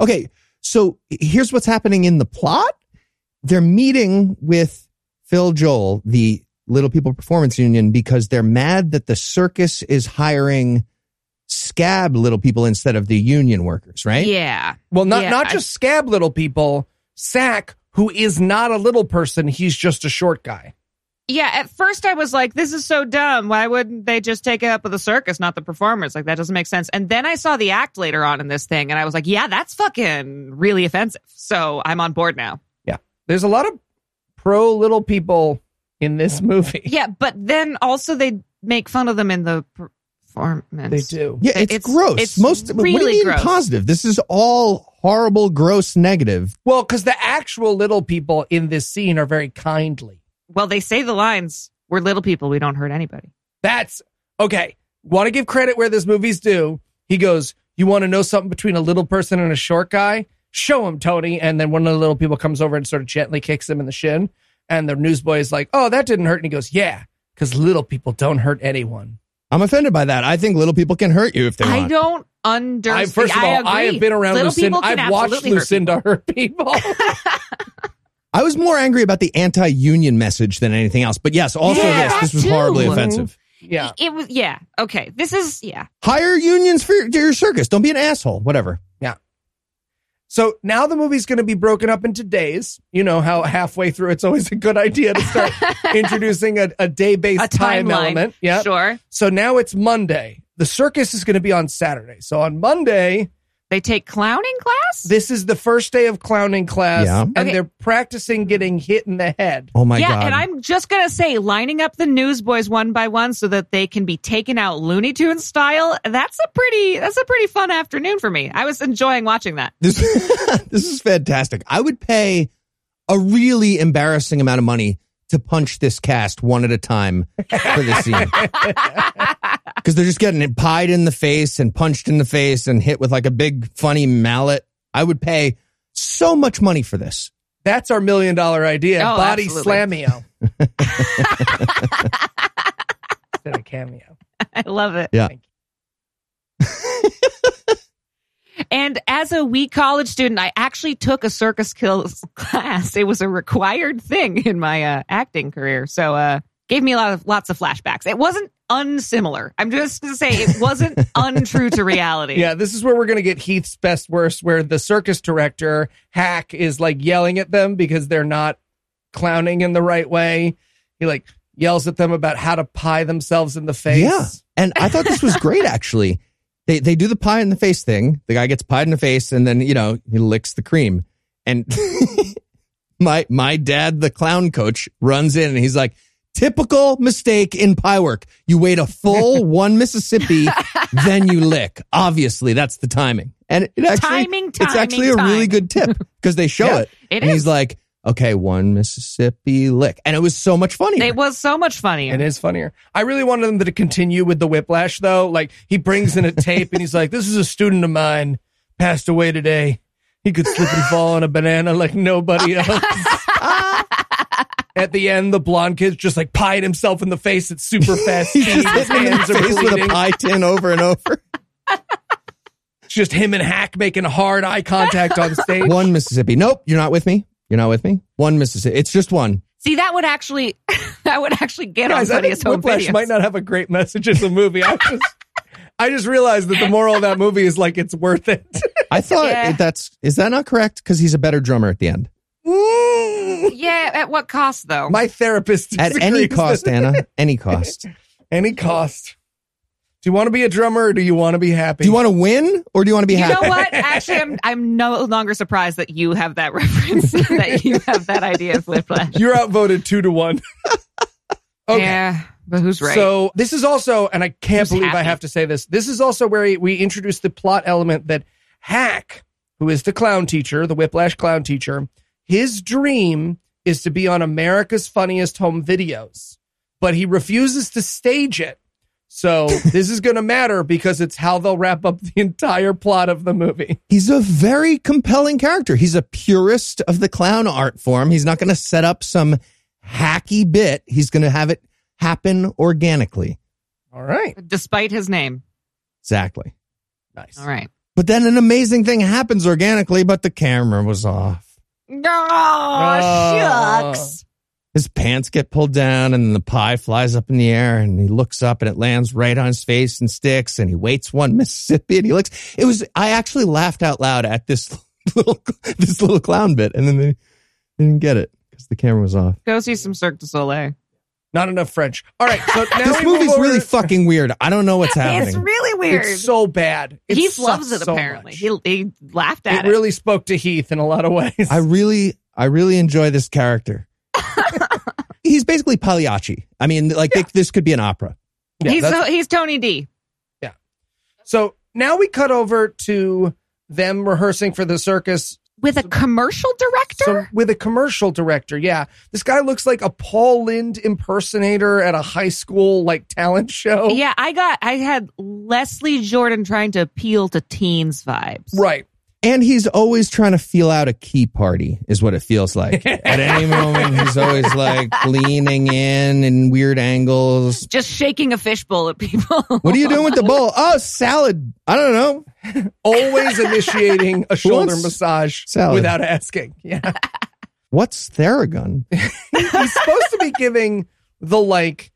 Okay, so here's what's happening in the plot. They're meeting with Phil Joel, the Little People Performance Union, because they're mad that the circus is hiring scab little people instead of the union workers, right?
Yeah,
Well, not
Yeah,
not
I-
just scab little people. Sack, who is not a little person, he's just a short guy.
yeah. At first, I was like, "This is so dumb. Why wouldn't they just take it up with the circus, not the performers? Like that doesn't make sense." And then I saw the act later on in this thing, and I was like, "Yeah, that's fucking really offensive." So I'm on board now.
There's a lot of pro little people in this movie.
Oh, Yeah, but then also they make fun of them in the performance.
They do.
Yeah, it's,
It's-
gross.
it's
Most but what do you
really
mean
gross.
positive? This is all horrible, gross, negative.
Well, because the actual little people in this scene are very kindly.
Well, they say the lines, "We're little people. We don't hurt anybody."
That's okay. Want to give credit where this movie's due. He goes, You want to know something between a little person and a short guy? Show him, Tony. And then one of the little people comes over and sort of gently kicks him in the shin. And the newsboy is like, Oh, that didn't hurt. And he goes, Yeah, because little people don't hurt anyone.
I'm offended by that. I think little people can hurt you if they
I
want.
don't understand.
I, first of all, I,
agree.
have been around
little
Lucinda.
people can
I've watched
absolutely hurt people.
Lucinda hurt people.
I was more angry about the anti-union message than anything else. But yes, also
Yeah,
this.
that
This was
too.
horribly offensive.
yeah.
It was yeah. Okay, this is yeah.
Hire unions for your, your circus. Don't be an asshole. Whatever.
So now the movie's going to be broken up into days. You know how halfway through it's always a good idea to start introducing a, a day based
A
time
timeline.
element. Yeah.
Sure.
So now it's Monday. The circus is going to be on Saturday. So on Monday,
They take clowning class?
this is the first day of clowning class,
Yeah.
and
Okay.
they're practicing getting hit in the head.
Oh my
yeah,
god.
and I'm just going to say lining up the newsboys one by one so that they can be taken out Looney Tunes style. That's a pretty that's a pretty fun afternoon for me. I was enjoying watching that.
This this is fantastic. I would pay a really embarrassing amount of money to punch this cast one at a time for this scene. Because they're just getting it pied in the face and punched in the face and hit with like a big funny mallet. I would pay so much money for this.
That's our million dollar idea.
Oh,
Body
absolutely.
slamio. Instead of cameo.
I love it.
Yeah.
and as a wee college student, I actually took a circus kills class. It was a required thing in my uh, acting career. So, uh, gave me a lot of lots of flashbacks. It wasn't unsimilar. I'm just going to say it wasn't untrue to reality.
Yeah, this is where we're going to get Heath's best worst, where the circus director, Hack, is like yelling at them because they're not clowning in the right way. He like yells at them about how to pie themselves in the face.
Yeah. And I thought this was great actually. They they do the pie in the face thing. The guy gets pied in the face and then, you know, he licks the cream. And my my dad, the clown coach, runs in and he's like, typical mistake in pie work. You wait a full one Mississippi, then you lick. Obviously, that's the timing. And it actually
Timing,
it's actually
timing,
a really
timing.
good tip because they show
Yeah,
it.
it
and
is.
he's like, okay, one Mississippi lick. And it was so much funnier.
It was so much funnier.
It is funnier. I really wanted them to continue with the whiplash though. Like he brings in a tape and he's like, This is a student of mine, passed away today. He could slip and fall on a banana like nobody else. At the end, the blonde kid's just like pied himself in the face at super fast speed.
He's
His
just hitting me in the
hands are
face with a
bleeding.
pie tin over and over.
It's just him and Hack making hard eye contact on stage.
One Mississippi. Nope, you're not with me. You're not with me. One Mississippi. It's just one.
See, that would actually that would actually get
Guys,
on
I
funniest
think
home
Whiplash
videos.
might not have a great message as a movie. I just, I just realized that the moral of that movie is like it's worth it.
I thought
Yeah.
that's is that not correct? Because he's a better drummer at the end.
Mm.
yeah, at what cost though?
My therapist
At any
disagrees.
cost, Anna. Any cost. Do
any cost. Do you want to be a drummer or do you want to be happy?
you want to win or do you want to be
You know
happy?
what? Actually, I'm I'm no longer surprised that you have that reference, that you have that idea of whiplash.
You're outvoted two to one. okay.
Yeah, but who's right?
So this is also, and I can't
Who's
believe I
happy?
have to say this. This is also where we introduce the plot element that Hack, who is the clown teacher, the Whiplash clown teacher, his dream is to be on America's Funniest Home Videos, but he refuses to stage it. So this is going to matter because it's how they'll wrap up the entire plot of the movie.
He's a very compelling character. He's a purist of the clown art form. He's not going to set up some hacky bit. He's going to have it happen organically.
All right.
despite his name.
Exactly.
Nice.
All right.
But then an amazing thing happens organically, but the camera was off.
Oh, shucks.
His pants get pulled down and the pie flies up in the air and he looks up and it lands right on his face and sticks and he waits one Mississippi and he looks. It was, I actually laughed out loud at this little, this little clown bit and then they didn't get it because the camera was off.
Go see some Cirque du Soleil.
Not enough French. All right. So now
This
we move
movie's
over-
really fucking weird. I don't know what's
It's
happening.
really weird.
It's so bad. It
he
sucks
loves it
so
apparently.
much.
He, he laughed at
it
it.
really spoke to Heath in a lot of ways.
I really, I really enjoy this character. He's basically Pagliacci. I mean, like they, this could be an opera.
Yeah,
he's
that's-
so, he's Tony D.
So now we cut over to them rehearsing for the circus
with a commercial director.
so with a commercial director. Yeah. This guy looks like a Paul Lind impersonator at a high school like talent show.
Yeah, I got I had Leslie Jordan trying to appeal to teens vibes.
Right.
And he's always trying to feel out a key party, is what it feels like. At any moment, he's always like leaning in in weird angles.
Just shaking a fishbowl at people.
What are you doing with the bowl? Oh, salad. I don't know.
Always initiating a shoulder
wants
massage
salad?
without asking. Yeah.
What's Theragun?
He's supposed to be giving the like,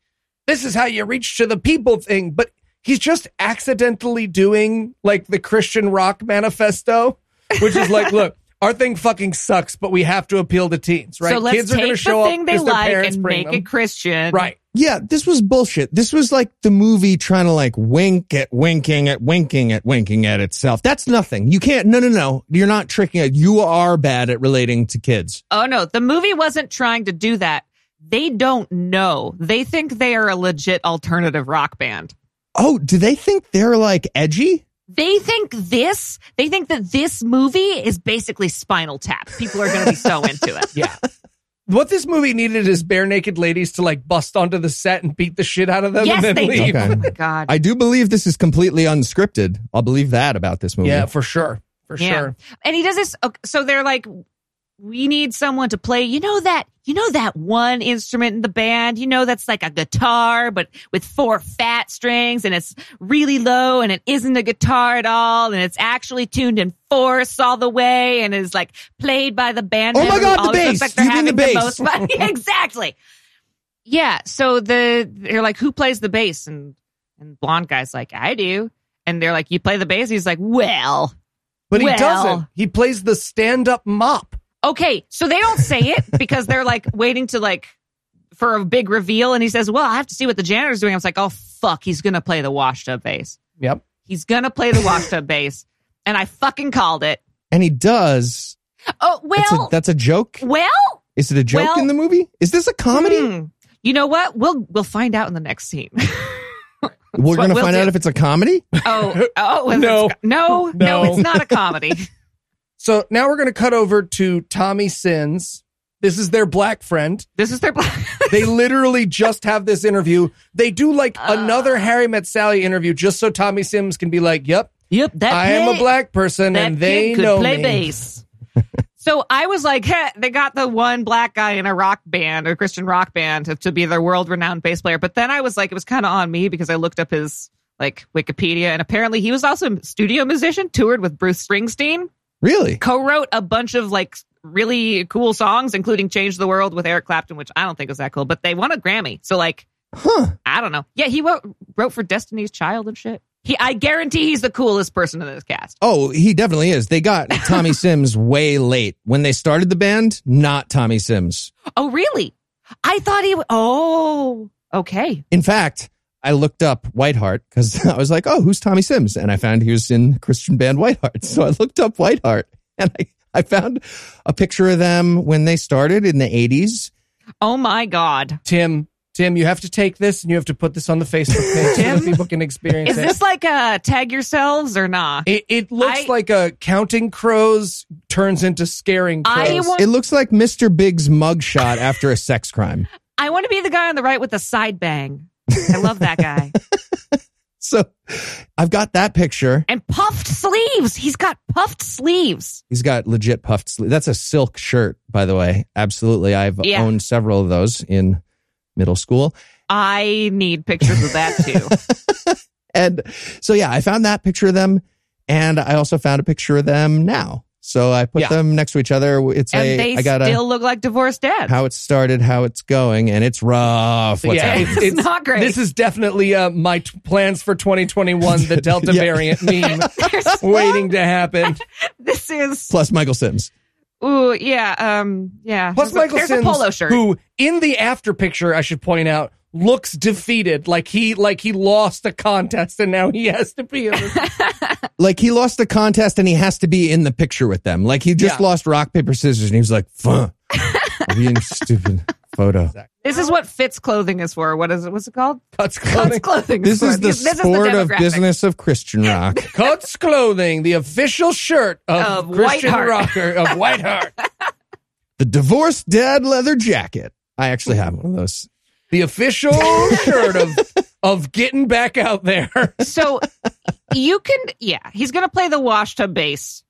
this is how you reach to the people thing, but he's just accidentally doing like the Christian rock manifesto, which is like, look, our thing fucking sucks, but we have to appeal to teens, right?
So let's
Kids are
take
going to show
the
up
thing they
'cause their
like
parents
and
bring
make
them.
it Christian.
Right.
Yeah, this was bullshit. This was like the movie trying to like wink at winking at winking at winking at itself. That's nothing. You can't. No, no, no. You're not tricking it. You are bad at relating to kids.
Oh no, the movie wasn't trying to do that. They don't know. They think they are a legit alternative rock band.
Oh, do they think they're like edgy?
They think this, they think that this movie is basically Spinal Tap. People are going to be so into it.
Yeah. what this movie needed is bare naked ladies to like bust onto the set and beat the shit out of them
yes,
and then
they
leave.
do.
Okay.
Oh my God.
I do believe this is completely unscripted. I'll believe that about this movie.
Yeah, for sure. For
Yeah.
sure.
and he does this ok- so they're like we need someone to play you know that you know that one instrument in the band you know that's like a guitar but with four fat strings and it's really low and it isn't a guitar at all and it's actually tuned in force all the way and is like played by the band
Oh my
member who
God, the bass!
always looks like they're
You mean the
having
bass.
most fun. Yeah, exactly yeah so the they're like who plays the bass and and blonde guy's like i do and they're like you play the bass he's like well
But he
Well.
doesn't. He plays the stand up mop.
okay so they don't say it because they're like waiting to like for a big reveal and he says well i have to see what the janitor's doing i was like oh fuck he's gonna play the washed up bass
Yep.
he's gonna play the washed up bass and i fucking called it
And he does.
oh
That's a,
well
that's a joke.
well
Is it a joke
well-
in the movie? Is this a comedy?
hmm. you know what we'll we'll find out in the next scene
We're
what
going to
we'll
find
do.
out if it's a comedy.
oh oh it's-
No.
no no
No.
it's not a comedy
So now we're going to cut over to Tommy Sins. This is their black friend.
this is their
They literally just have this interview. They do like
Ah.
another Harry Met Sally interview just so Tommy Sims can be like, yep,
yep that
I am a
pig-
black person
that
and they
kid could
know
play
me.
bass. so I was like, "Heh, they got the one black guy in a rock band, a Christian rock band, to, to be their world renowned bass player. But then I was like, it was kind of on me because I looked up his like Wikipedia, and apparently he was also a studio musician, toured with Bruce Springsteen,
Really?
co-wrote a bunch of like really cool songs, including "Change the World" with Eric Clapton, which I don't think was that cool, but they won a Grammy. So like,
Huh.
I don't know. Yeah, he wrote wrote for Destiny's Child and shit. He, I guarantee he's the coolest person in this cast.
Oh, he definitely is. They got Tommy Sims way late. When they started the band, not Tommy Sims.
Oh, really? I thought he would. Oh, okay.
In fact, I looked up Whiteheart because I was like, oh, who's Tommy Sims? And I found he was in the Christian band Whiteheart. So I looked up Whiteheart and I, I found a picture of them when they started in the 80s.
Oh my God.
Tim, Tim, you have to take this and you have to put this on the Facebook page so that people can experience
Is
it.
this like a tag yourselves or not?
It, it looks
I-
like a counting crows turns into scaring crows.
I want.
It looks like Mr. Big's mugshot after a sex crime.
I want to be the guy on the right with the side bang. I love that guy.
So I've got that picture.
and puffed sleeves. He's got puffed sleeves.
He's got legit puffed sleeve. That's a silk shirt, by the way. Absolutely. I've
Yeah.
owned several of those in middle school.
I need pictures of that too.
And so, yeah, I found that picture of them. And I also found a picture of them now. So I put
Yeah.
them next to each other. It's
and
a,
they
I got
still look like divorced
a,
dads.
how it started, how it's going. And it's rough. What's
yeah,
happening.
it's,
It's not great.
This is definitely uh, my t- plans for 2021, the Delta
Yeah.
variant meme
There's-
waiting to happen.
This is
Plus Michael Sims.
ooh yeah um yeah.
Plus,
there's a,
Michael
there's
Sims,
a polo shirt.
who in the after picture, I should point out, looks defeated, like he like he lost the contest and now he has to be. In the-
Like he lost the contest and he has to be in the picture with them. Like he just
Yeah.
lost rock, paper, scissors. And he was like, fuck, being stupid photo.
this is what Fitz clothing is for. What is it? What's it called?
Cuts
Fitz
clothing.
clothing.
This
for.
is the
This- this
sport of
demographic.
business of Christian rock.
Cuts clothing, the official shirt of,
Of
Christian
Whiteheart.
rocker of Whiteheart,
the divorced dad leather jacket. I actually have one of those.
the official shirt of of getting back out there.
So you can yeah. He's gonna play the washtub bass.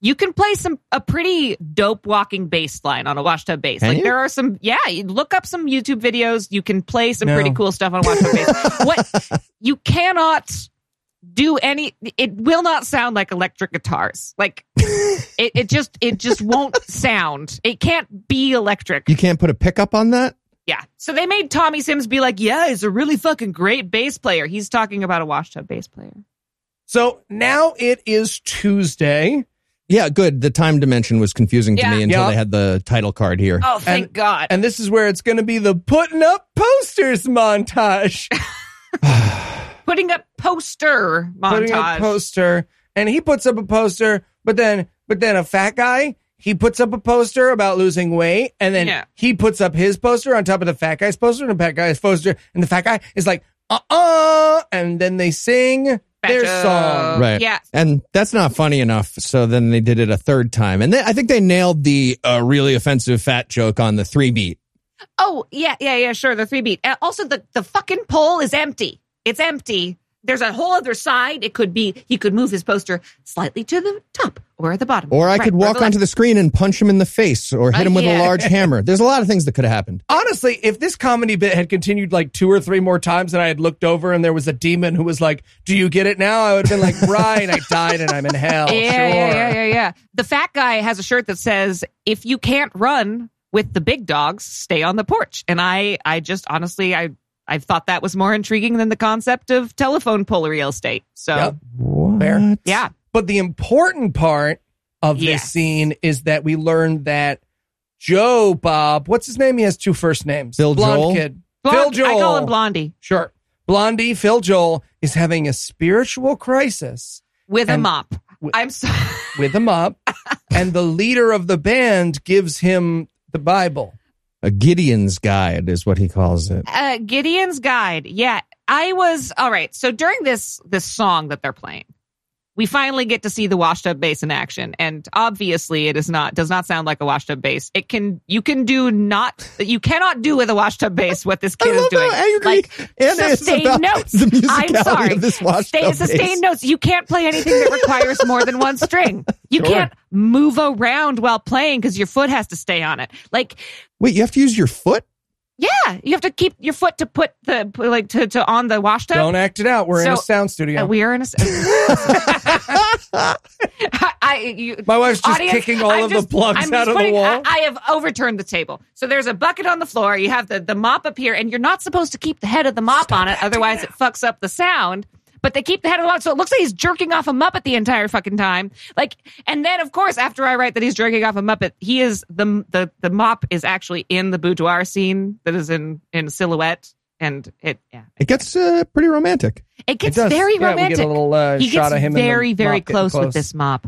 You can play some a pretty dope walking bass line on a washtub bass.
Can
like
you?
there are some yeah. You look up some YouTube videos. You can play some
No.
pretty cool stuff on a washtub bass. What you cannot do any. It will not sound like electric guitars. Like it, it just it just won't sound. It can't be electric.
You can't put a pickup on that?
Yeah. So they made Tommy Sims be like, yeah, he's a really fucking great bass player. He's talking about a washtub bass player.
So now it is Tuesday.
Yeah, good. The time dimension was confusing to
Yeah.
me until
Yeah.
they had the title card here.
Oh, thank God.
And this is where it's going to be the putting up posters montage.
putting up poster
Putting up
montage.
poster, and he puts up a poster, but then, but then a fat guy he puts up a poster about losing weight, and then
Yeah.
he puts up his poster on top of the fat guy's poster, and the fat guy's poster, and the fat guy is like, uh uh, and then they sing
Fat
their
Joe.
song.
Right.
Yeah.
And that's not funny enough. So then they did it a third time. And then I think they nailed the uh, really offensive fat joke on the three beat.
Oh, yeah, yeah, yeah, sure. The three beat. Uh, also, the, the fucking pole is empty. It's empty. There's a whole other side. It could be he could move his poster slightly to the top or the bottom.
Or I
Right,
could walk
the left.
onto the screen and punch him in the face or hit
Uh,
him with a
yeah.
large hammer. There's a lot of things that could have happened.
Honestly, if this comedy bit had continued like two or three more times and I had looked over and there was a demon who was like, Do you get it now? I would have been like, Right, I died and I'm in hell.
yeah,
sure.
yeah, yeah, yeah, yeah. The fat guy has a shirt that says, "If you can't run with the big dogs, stay on the porch." And I, I just honestly, I, I thought that was more intriguing than the concept of telephone polar real estate. So,
Yep.
What?
Fair.
yeah,
But the important part of
Yeah.
this scene is that we learned that Joe Bob, what's his name? He has two first names.
Phil
Blonde
Joel?
kid. Phil
Blond-
Joel.
I call him Blondie
Sure. Blondie, Phil Joel is having a spiritual crisis
with a
And-
mop.
Wi-
I'm sorry.
with him up, and the leader of the band gives him the Bible.
A Gideon's guide is what he calls it.
Uh, Gideon's Guide. Yeah, I was all right. So during this this song that they're playing, we finally get to see the washed up bass in action, and obviously it is not does not sound like a washed up bass. It can you can do not you cannot do with a washed up bass what this kid is doing. Like sustained notes. I'm sorry. Stay, sustained notes. You can't play anything that requires more than one string. You can't move around while playing because your foot has to stay on it. Like
Wait, you have to use your foot?
yeah, you have to keep your foot to put the like to, to on the wash tub.
Don't act it out. We're in a
So-
sound
Uh,
studio.
we are in a. s- I- I- you-
My wife's just
audience,
kicking all
I'm
of
just-
the plugs
I'm
out
just
of
putting-
the wall.
I, I have overturned the table, so there's a bucket on the floor. You have the the mop up here, and you're not supposed to keep the head of the mop on it, otherwise it fucks up the sound. But they keep the head of the mop, so it looks like he's jerking off a muppet the entire fucking time. Like, and then of course after I write that he's jerking off a muppet, he is the the the mop is actually in the boudoir scene that is in in silhouette, and it yeah.
It gets uh, pretty romantic.
It gets
does.
very
Yeah, we get
romantic.
a little, uh,
he
shot
gets
of him in the
very, very
mop getting
close,
close.
with this mop.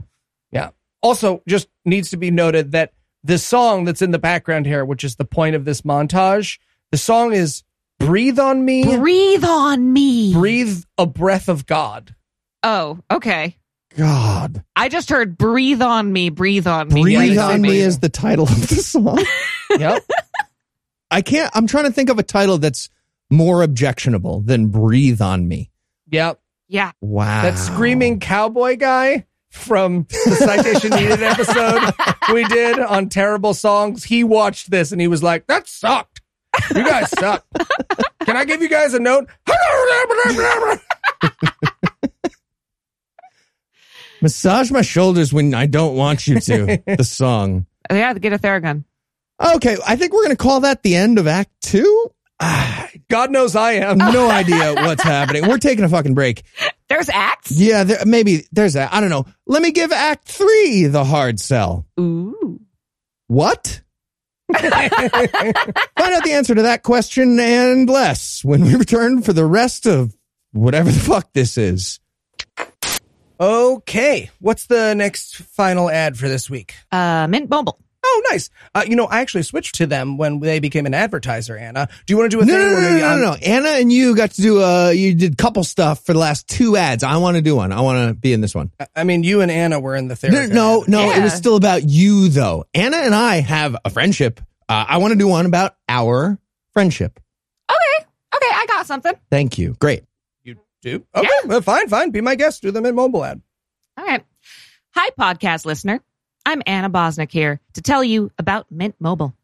Yeah. Also, just needs to be noted that the song that's in the background here, which is the point of this montage, the song is Breathe on Me,
Breathe on me.
Breathe a Breath of God.
Oh, okay.
God.
I just heard "Breathe on me, breathe on me."
Breathe
Yeah,
on
it's
Me
amazing.
is the title of the song.
Yep.
I can't, I'm trying to think of a title that's more objectionable than Breathe on Me.
Yep.
Yeah.
Wow.
That screaming cowboy guy from the citation needed episode we did on terrible songs. He watched this and he was like, "That sucked. You guys suck. Can I give you guys a note?"
Massage my shoulders when I don't want you to. the song.
Oh, Yeah, get a Theragun.
Okay, I think we're going to call that the end of Act Two. Ah,
God knows I am.
no idea what's happening. We're taking a fucking break.
There's acts.
Yeah, there, maybe there's that. I don't know. Let me give Act Three the hard sell.
Ooh.
What? Find out the answer to that question and less when we return for the rest of whatever the fuck this is.
Okay, what's the next final ad for this week?
Uh, Mint Mobile.
Oh, nice. Uh, you know, I actually switched to them when they became an advertiser. Anna, do you want to do a
No,
thing?
no, no,
where
no,
maybe
no,
I'm-
no. Anna and you got to do uh you did couple stuff for the last two ads. I want to do one. I want to be in this one.
I mean, you and Anna were in the
No,
therapy.
no, no, it was
Yeah.
still about you though. Anna and I have a friendship. Uh, I want to do one about our friendship.
Okay. Okay, I got something.
Thank you. Great.
You do? Okay, well, fine, fine. Be my guest. Do them in mobile ad.
All right. Hi, podcast listener. I'm Anna Bosnick here to tell you about Mint Mobile.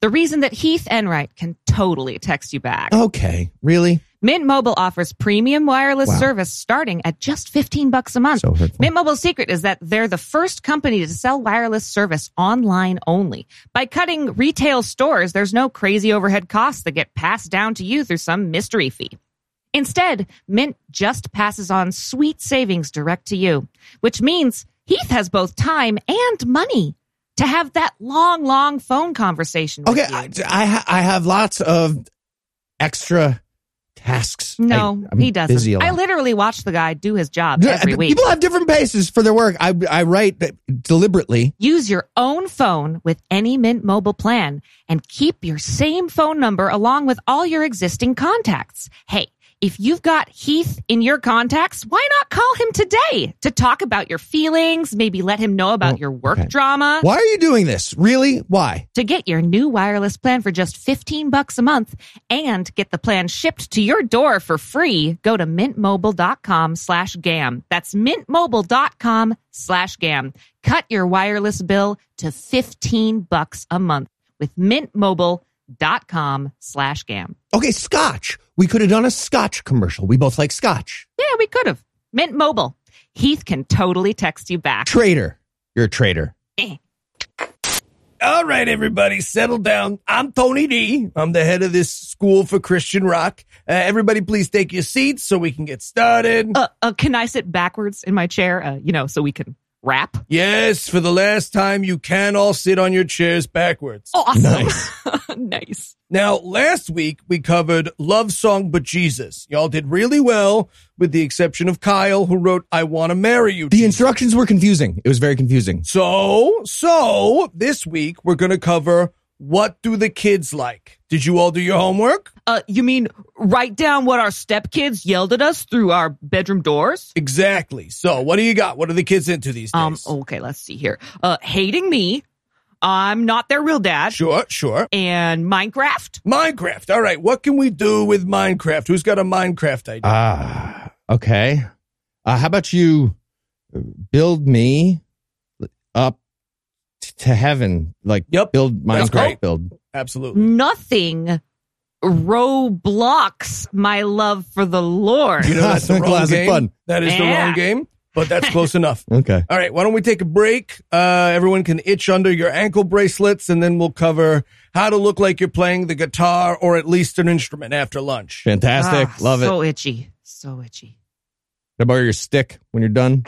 The reason that Heath Enright can totally text you back.
Okay. Really?
Mint Mobile offers premium wireless
Wow.
service starting at just 15 bucks a month.
So hurtful.
Mint Mobile's secret is that they're the first company to sell wireless service online only. By cutting retail stores, there's no crazy overhead costs that get passed down to you through some mystery fee. Instead, Mint just passes on sweet savings direct to you, which means Heath has both time and money to have that long, long phone conversation. with
Okay, I,
you.
I ha- I have lots of extra tasks.
No,
I, I'm
he doesn't.
busy a lot.
I literally watch the guy do his job
Yeah,
every
but
week.
People have different paces for their work. I I write deliberately.
Use your own phone with any Mint Mobile plan and keep your same phone number along with all your existing contacts. Hey, if you've got Heath in your contacts, why not call him today to talk about your feelings, maybe let him know about
Well,
your work
okay.
drama?
Why are you doing this? Really? Why?
To get your new wireless plan for just 15 bucks a month and get the plan shipped to your door for free, go to mintmobile.com slash GAM. That's mintmobile.com slash GAM. Cut your wireless bill to 15 bucks a month with mintmobile.com slash GAM.
Okay, Scotch. We could have done a Scotch commercial. We both like Scotch.
Yeah, we could have. Mint Mobile. Heath can totally text you back.
Traitor. You're a traitor.
All right, everybody, settle down. I'm Tony D. I'm the head of this school for Christian rock. Uh, everybody, please take your seats so we can get started.
Uh, uh, can I sit backwards in my chair, uh, you know, so we can rap?
yes, for the last time, you can all sit on your chairs backwards.
Awesome.
Nice.
nice.
Now, last week we covered Love Song But Jesus. Y'all did really well, with the exception of Kyle, who wrote I Want to Marry You.
The
Jesus."
instructions were confusing. It was very confusing.
So, so this week we're going to cover What Do the Kids Like? Did you all do your homework?
Uh, you mean write down what our stepkids yelled at us through our bedroom doors?
Exactly. So, what do you got? What are the kids into these days?
Um, okay, let's see here. Uh, hating me. I'm not their real dad.
Sure, sure.
And Minecraft.
Minecraft. All right. What can we do with Minecraft? Who's got a Minecraft idea?
Ah, okay. Uh, how about you build me up t- to heaven? Like,
Yep.
build
That's
Minecraft
great.
build.
Absolutely.
Nothing. Roblox, my love for the Lord.
You know, that's the wrong
Classic
game.
fun.
That is the
Yeah.
wrong game, but that's close enough.
Okay.
All right, why don't we take a break? Uh, everyone can itch under your ankle bracelets, and then we'll cover how to look like you're playing the guitar or at least an instrument after lunch.
Fantastic.
Ah,
Love it.
So itchy. So itchy.
Can I borrow your stick when you're done?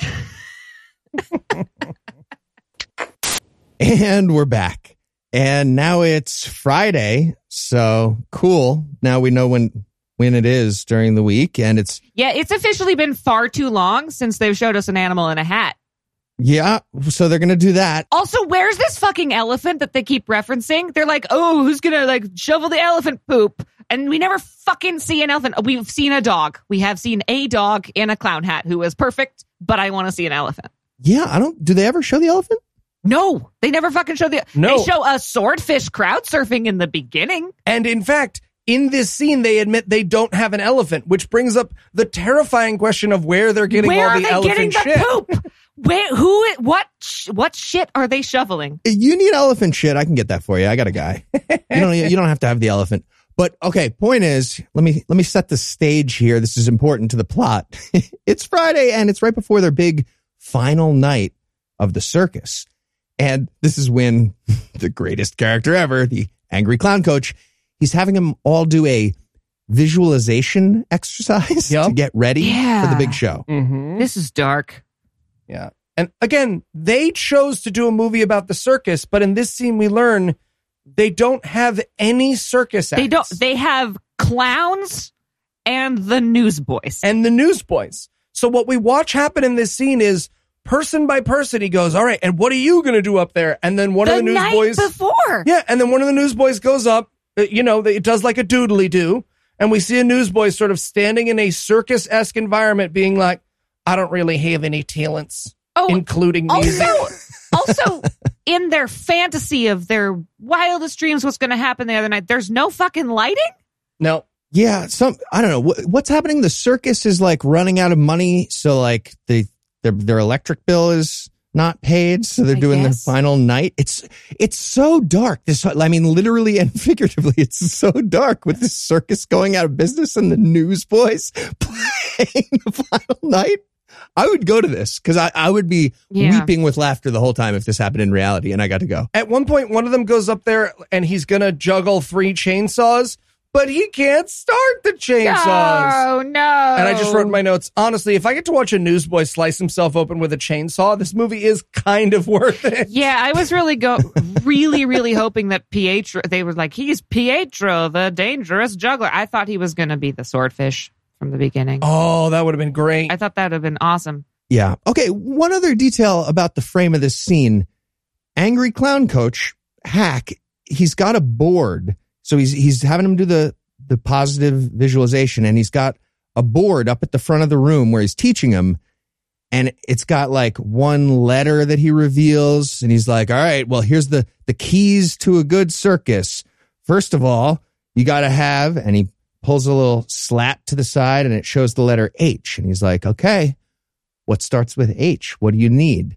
and we're back. And now it's Friday. So cool. Now we know when when it is during the week. And it's
Yeah, it's officially been far too long since they've showed us an animal in a hat.
yeah, so they're gonna do that.
Also, where's this fucking elephant that they keep referencing? They're like, oh, who's gonna like shovel the elephant poop? And we never fucking see an elephant. We've seen a dog. We have seen a dog in a clown hat who is perfect, but I want to see an elephant.
Yeah, I don't do they ever show the elephant?
No, they never fucking show the.
No.
They show a swordfish crowd surfing in the beginning.
And in fact, in this scene, they admit they don't have an elephant, which brings up the terrifying question of where they're getting
Where
all
are
the
they
elephant
getting the
shit.
poop? Where? Who? i- What? sh- What shit are they shoveling?
you need elephant shit. I can get that for you. I got a guy. you don't. You don't have to have the elephant. But okay, point is, let me let me set the stage here. This is important to the plot. it's Friday, and it's right before their big final night of the circus, and this is when the greatest character ever, the angry clown coach, he's having them all do a visualization exercise to
Yup.
get ready for the
Yeah.
big show.
Mm-hmm.
This is dark.
Yeah. And again, they chose to do a movie about the circus, but in this scene, we learn they don't have any circus acts.
They don't. They have clowns and the newsboys.
and the newsboys. So what we watch happen in this scene is person by person, he goes, all right, and what are you going to do up there? And then one
the
of the
night
newsboys.
before.
Yeah, and then one of the newsboys goes up. uh, You know, it does like a doodly do, and we see a newsboy sort of standing in a circus esque environment, being like, "I don't really have any talents,
Oh,
including music."
also, also in their fantasy of their wildest dreams, what's going to happen the other night? There's no fucking lighting.
no,
Yeah, some I don't know what, what's happening. The circus is like running out of money, so like they their their electric bill is not paid, so they're
I
doing
guess.
their final night. It's it's so dark. This I mean, literally and figuratively, it's so dark with the circus going out of business and the newsboys playing the final night. I would go to this because I, I would be
Yeah.
weeping with laughter the whole time if this happened in reality and I got to go.
at one point, one of them goes up there and he's gonna juggle three chainsaws, but he can't start the chainsaws.
Oh no!
And I just wrote in
Oh.
my notes, honestly, if I get to watch a newsboy slice himself open with a chainsaw, this movie is kind of worth it.
Yeah, I was really go, really, really hoping that Pietro. They were like, he's Pietro, the dangerous juggler. I thought he was going to be the swordfish from the beginning.
Oh, that would have been great.
I thought that would have been awesome.
Yeah. Okay. One other detail about the frame of this scene: angry clown coach hack. He's got a board, so he's he's having him do the the positive visualization, and he's got a board up at the front of the room where he's teaching him, and it's got like one letter that he reveals, and he's like, "All right, well, here's the the keys to a good circus. First of all, you got to have," and he pulls a little slat to the side, and it shows the letter H, and he's like, "Okay." what starts with H? What do you need?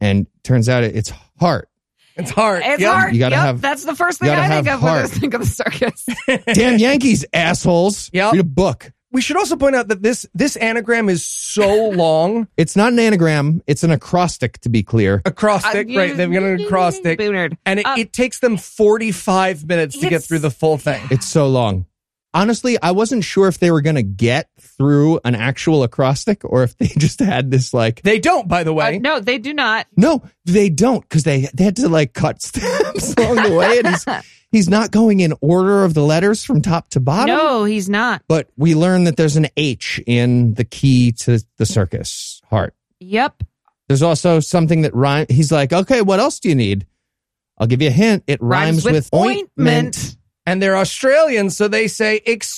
and turns out it- it's heart.
It's hard.
It's
Yep.
hard.
You gotta
Yep,
have-
that's the first
you
thing
gotta
I think
have
of when I
heart.
think of the circus.
Damn Yankees, assholes.
Yep.
Read a book.
We should also point out that this this anagram is so long
It's not an anagram. It's an acrostic, to be clear.
acrostic,
Uh,
right? They've got an acrostic,
Boonard.
and it,
Um,
it takes them forty five minutes to get
it's-
through the full thing.
It's so long. Honestly, I wasn't sure if they were going to get through an actual acrostic or if they just had this like,
They don't, by the
Uh,
way.
no, they do not.
no, they don't because they, they had to like cut steps along the way. And he's, he's not going in order of the letters from top to bottom.
No, he's not.
But we learn that there's an H in the key to the circus, heart.
Yep.
There's also something that rhymes. He's like, okay, what else do you need? I'll give you a hint. It rhymes, with, ointment.
And they're Australians, so they say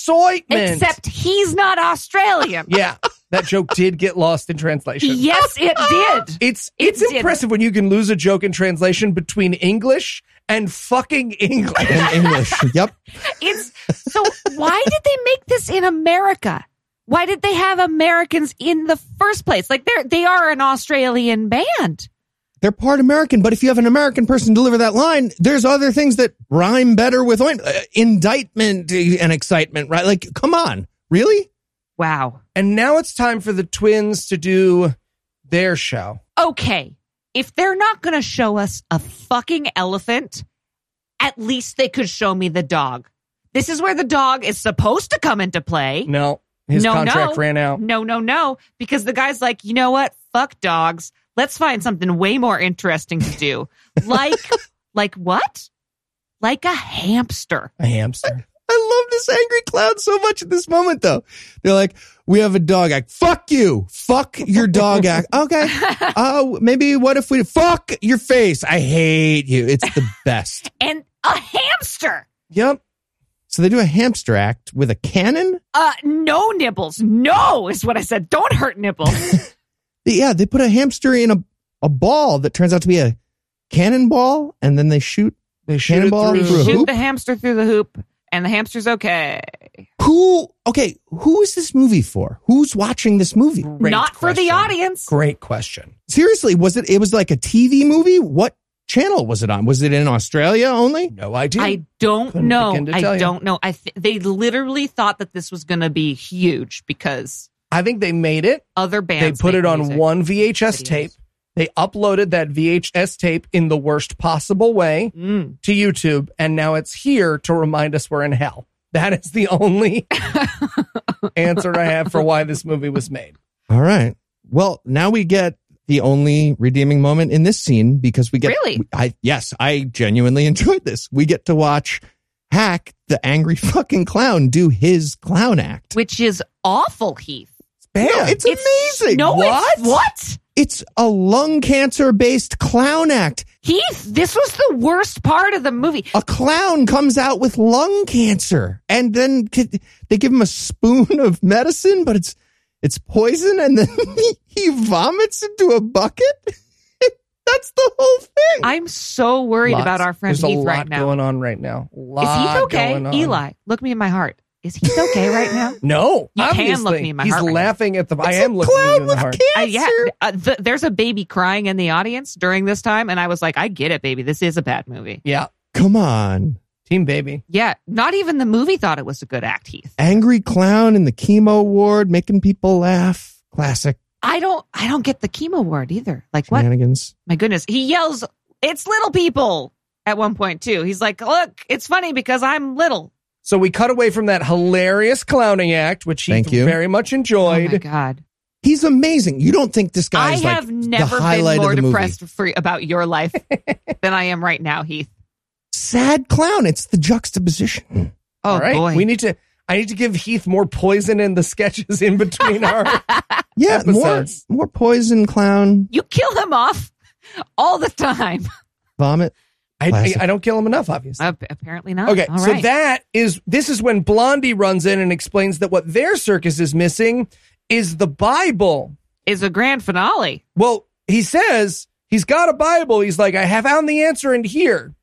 excitement.
Except he's not Australian.
yeah, that joke did get lost in translation.
yes, it did.
It's
It
it's
did.
impressive when you can lose a joke in translation between English and fucking English.
in English. yep.
It's so why did they make this in America? Why did they have Americans in the first place? Like they're they are an Australian band.
They're part American, but if you have an American person deliver that line, there's other things that rhyme better with ointment. Uh, indictment and excitement, right? Like, come on. Really?
Wow.
and now it's time for the twins to do their show.
Okay. If they're not gonna show us a fucking elephant, at least they could show me the dog. This is where the dog is supposed to come into play.
No, his
No,
contract
no.
ran out.
No, no, no. Because the guy's like, you know what? Fuck dogs. Let's find something way more interesting to do. Like, like what? Like a hamster.
A hamster.
I love this angry clown so much at this moment, though. They're like, we have a dog act. Fuck you. Fuck your dog act. Okay. Oh, maybe what if we fuck your face? I hate you. It's the best.
And a hamster.
Yep.
So they do a hamster act with a cannon.
Uh, no nibbles. No is what I said. Don't hurt nibbles.
Yeah, they put a hamster in a, a ball that turns out to be a cannonball, and then they shoot
They
Cannonball
it
They
through a
shoot
hoop?
the hamster through the hoop, and the hamster's okay.
Who? Okay, who is this movie for? Who's watching this movie?
Great
Not for the
question.
audience.
Great question.
Seriously, was it? It was like a TV movie. What channel was it on? Was it in Australia only?
No idea.
I don't
Couldn't
know.
begin to tell
I
you.
don't know. I th- they literally thought that this was going to be huge because
I think they made it.
other bands
they put
make
it on
music.
one VHS
videos.
tape. They uploaded that VHS tape in the worst possible way
Mm.
to YouTube, and now it's here to remind us we're in hell. That is the only answer I have for why this movie was made.
All right. Well, now we get the only redeeming moment in this scene because we get.
Really?
I yes, I genuinely enjoyed this. We get to watch Hack, the angry fucking clown, do his clown act.
which is awful, Heath.
Bam!
No,
it's
it's-
amazing.
no,
what?
it's what?
It's a lung cancer based clown act.
Heath, this was the worst part of the movie.
A clown comes out with lung cancer, and then ki- they give him a spoon of medicine, but it's it's poison, and then he, he vomits into a bucket. That's the whole thing.
I'm so worried
Lots-
about our friend
There's a
Heath
lot
right now.
going on right now.
Is Heath
Lot
okay?
going on.
Eli, look me in my heart. Is Heath okay right now?
No,
You can
obviously.
look me in my
He's
heart right now.
laughing at the. I
It's
am
a
looking you in
clown
the
with
heart.
cancer.
Uh, yeah, uh, th- there's a baby crying in the audience during this time, and I was like, I get it, baby. This is a bad movie.
Yeah,
Come on,
team baby.
Yeah, not even the movie thought it was a good act, Heath.
angry clown in the chemo ward, making people laugh. Classic
I don't, I don't get the chemo word either. Like what?
shenanigans.
My goodness, he yells, "It's little people!" at one point too. He's like, "Look, it's funny because I'm little."
So we cut away from that hilarious clowning act, which he
Thank you.
very much
Oh my
enjoyed.
god!
He's amazing. You don't think this guy
I
is
have
like
never
the
been
highlight
more
of the movie?
depressed for, about your life than I am right now, Heath.
Sad clown. It's the juxtaposition.
Oh
All right,
boy,
we need to. I need to give Heath more poison in the sketches in between our.
Yeah,
episodes.
more more poison clown
you kill him off all the time.
vomit.
I, I,
Classic.
I don't kill him enough, obviously.
Ap- apparently not.
Okay,
Uh, All
so
right.
that is this is when Blondie runs in and explains that what their circus is missing is the Bible.
is a grand finale.
Well, he says he's got a Bible. He's like, I have found the answer in here.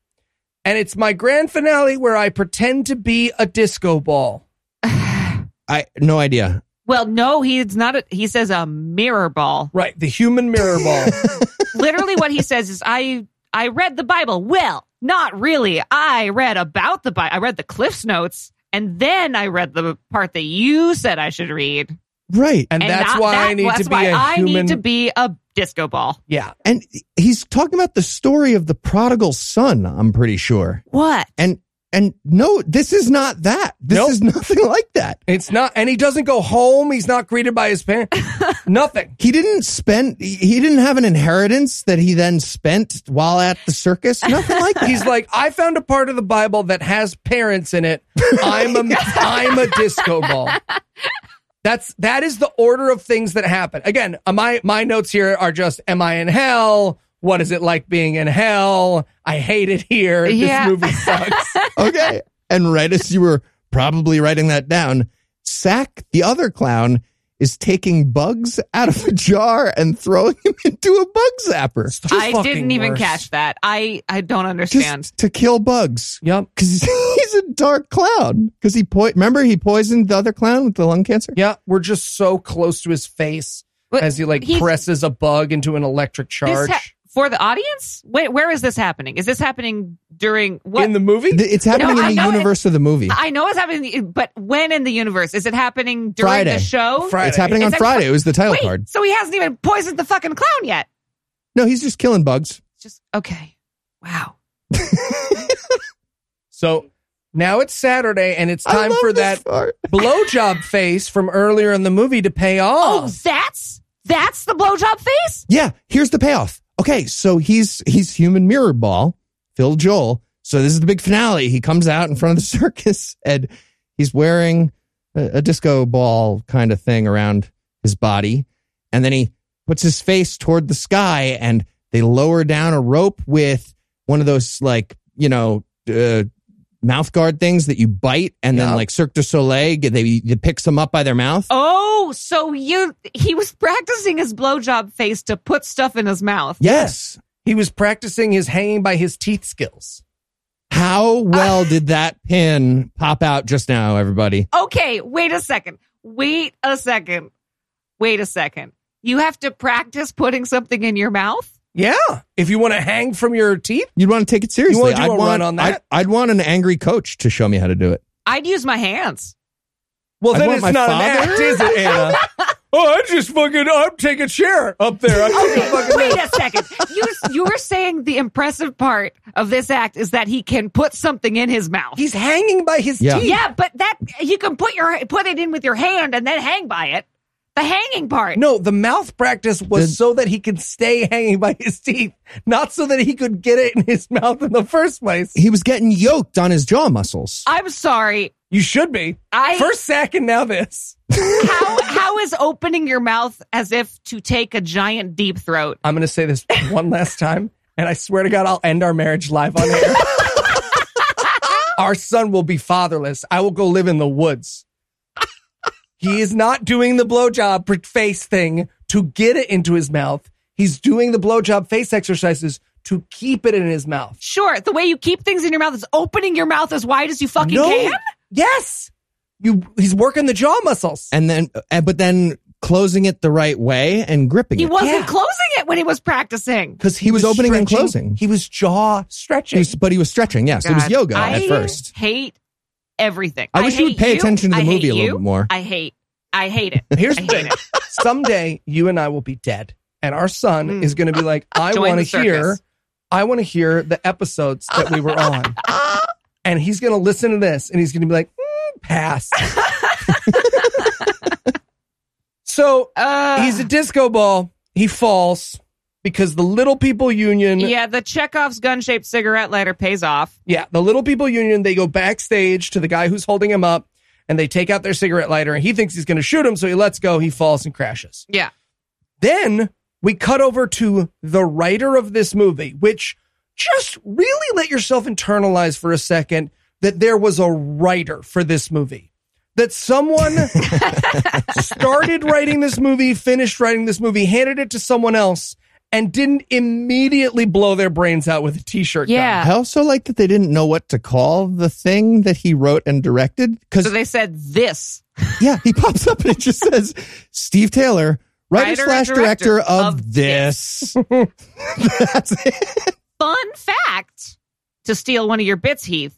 And it's my grand finale where I pretend to be a disco ball.
I no idea.
Well, no, he's not. A, he says a mirror ball.
Right, the human mirror ball.
Literally, what he says is, "I I read the Bible." Well, not really. I read about the Bible. I read the Cliff's Notes, and then I read the part that you said I should read.
Right.
And,
And
that's
that-
why I
that-
need
that's
to be
why
a
I
human.
need to be a disco ball.
yeah.
And he's talking about the story of the prodigal son, I'm pretty sure.
What?
And and no, this is not that. This
Nope.
is nothing like that.
It's not and he doesn't go home. He's not greeted by his parents. Nothing.
He didn't spend he- he didn't have an inheritance that he then spent while at the circus. Nothing like that.
He's like, I found a part of the Bible that has parents in it. I'm a I'm a disco ball. That's that is the order of things that happen. Again, uh, my my notes here are just: Am I in hell? What is it like being in hell? I hate it here.
Yeah.
This movie sucks.
okay. And right as you were probably writing that down, Sack, the other clown, is taking bugs out of a jar and throwing them into a bug zapper.
It's the
I
fucking
didn't even
worst.
catch that. I I don't understand.
just to kill bugs
Yep.
because he's a dark clown because he po- remember he poisoned the other clown with the lung cancer
Yeah, we're just so close to his face
What-
as he like
he's-
presses a bug into an electric
This
charge
ha- for the audience? Wait, where is this happening? Is this happening during what?
in the movie.
Th- it's happening
No, I
in the
know it-
universe of the movie
I know it's happening, but when in the universe is it happening during
Friday.
the show?
Friday.
it's happening
Is
on
that-
friday it was the title
Wait,
card
so he hasn't even poisoned the fucking clown yet.
no he's just killing bugs
It's Just okay. Wow.
So now it's Saturday and it's
I
time
love
for
this
that
part.
blowjob face from earlier in the movie to pay
Oh,
off.
that's that's the blowjob face.
yeah here's the payoff okay so he's he's human mirror ball phil joel so this is the big finale he comes out in front of the circus and he's wearing a, a disco ball kind of thing around his body and then he puts his face toward the sky and they lower down a rope with one of those like you know uh, mouth guard things that you bite and
Yeah.
then like cirque du soleil they, they picks them up by their mouth
Oh, so you he was practicing his blowjob face to put stuff in his mouth.
yes
He was practicing his hanging by his teeth skills.
How well did that pin pop out just now, everybody?
Okay, wait a second. Wait a second. Wait a second. You have to practice putting something in your mouth?
Yeah. If you want to hang from your teeth,
You'd want to take it seriously.
wanna do
I'd
a run on that?
I'd, I'd want an angry coach to show me how to do it.
I'd use my hands.
well,
I
then
want
it's
my
not
father.
an act, is it, Anna? oh, I just fucking, I'm taking chair up there. I'm taking
Okay,
fucking.
wait a second. You you were saying the impressive part of this act is that he can put something in his mouth.
He's hanging by his
Yeah.
teeth.
yeah, but that you can put your put it in with your hand and then hang by it. The hanging part.
No, the mouth practice was
The-
so that he could stay hanging by his teeth, not so that he could get it in his mouth in the first place.
He was getting yoked on his jaw muscles.
I'm sorry.
You should be.
I
First sack and now this.
how how is opening your mouth as if to take a giant deep throat?
I'm going to say this one last time, and I swear to God, I'll end our marriage live on air. our son will be fatherless. I will go live in the woods. He is not doing the blowjob pr- face thing to get it into his mouth. He's doing the blowjob face exercises to keep it in his mouth.
Sure, the way you keep things in your mouth is opening your mouth as wide as you fucking can.
Yes. You. He's working the jaw muscles.
And then, uh, but then closing it the right way and gripping
He
it.
wasn't
Yeah.
closing it when he was practicing.
because
he was opening and closing.
He was jaw stretching.
He was- but he was stretching. Yes, it was
God,
yoga
I
at first.
Hate everything.
I wish you would
hate
pay attention to the
I
movie
hate
a little
you.
bit more.
I hate. I hate it.
Here's
I
the
hate
thing.
it.
Someday you and I will be dead, and our son
Mm.
is going to be like, "I
Join
want to
the circus.
hear, I want to hear the episodes that we were on," and he's going to listen to this, and he's going to be like, mm, "Pass." so
Uh,
he's a disco ball. He falls because the Little People Union
yeah, the Chekhov's gun-shaped cigarette lighter pays off.
Yeah, the Little People Union, they go backstage to the guy who's holding him up and they take out their cigarette lighter and he thinks he's going to shoot him, so he lets go, he falls and crashes.
Yeah.
Then we cut over to the writer of this movie, which just really let yourself internalize for a second that there was a writer for this movie. That someone started writing this movie, finished writing this movie, handed it to someone else, and didn't immediately blow their brains out with a t shirt.
Yeah.
I also like that they didn't know what to call the thing that he wrote and directed. Because
So they said this
yeah, he pops up and it just says Steve Taylor, writer,
Writer
slash
and director
director, of,
of
this. That's it.
fun fact. To steal one of your bits, Heath.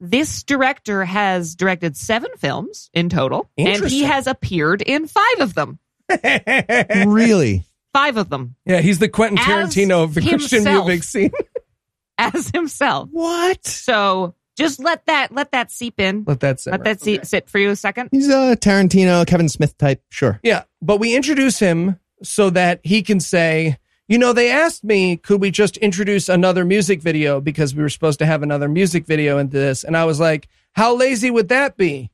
This director has directed seven films in total, and he
Interesting.
has appeared in five of them.
really?
Five of them
Yeah, he's the Quentin
As
Tarantino of the Christian
himself.
Rubik scene.
as himself.
What?
So just let that let that seep in.
Let that sit.
Let that se- sit for you a second.
He's a Tarantino, Kevin Smith type. Sure.
Yeah, but we introduce him so that he can say, you know, they asked me, could we just introduce another music video because we were supposed to have another music video into this, and I was like, how lazy would that be?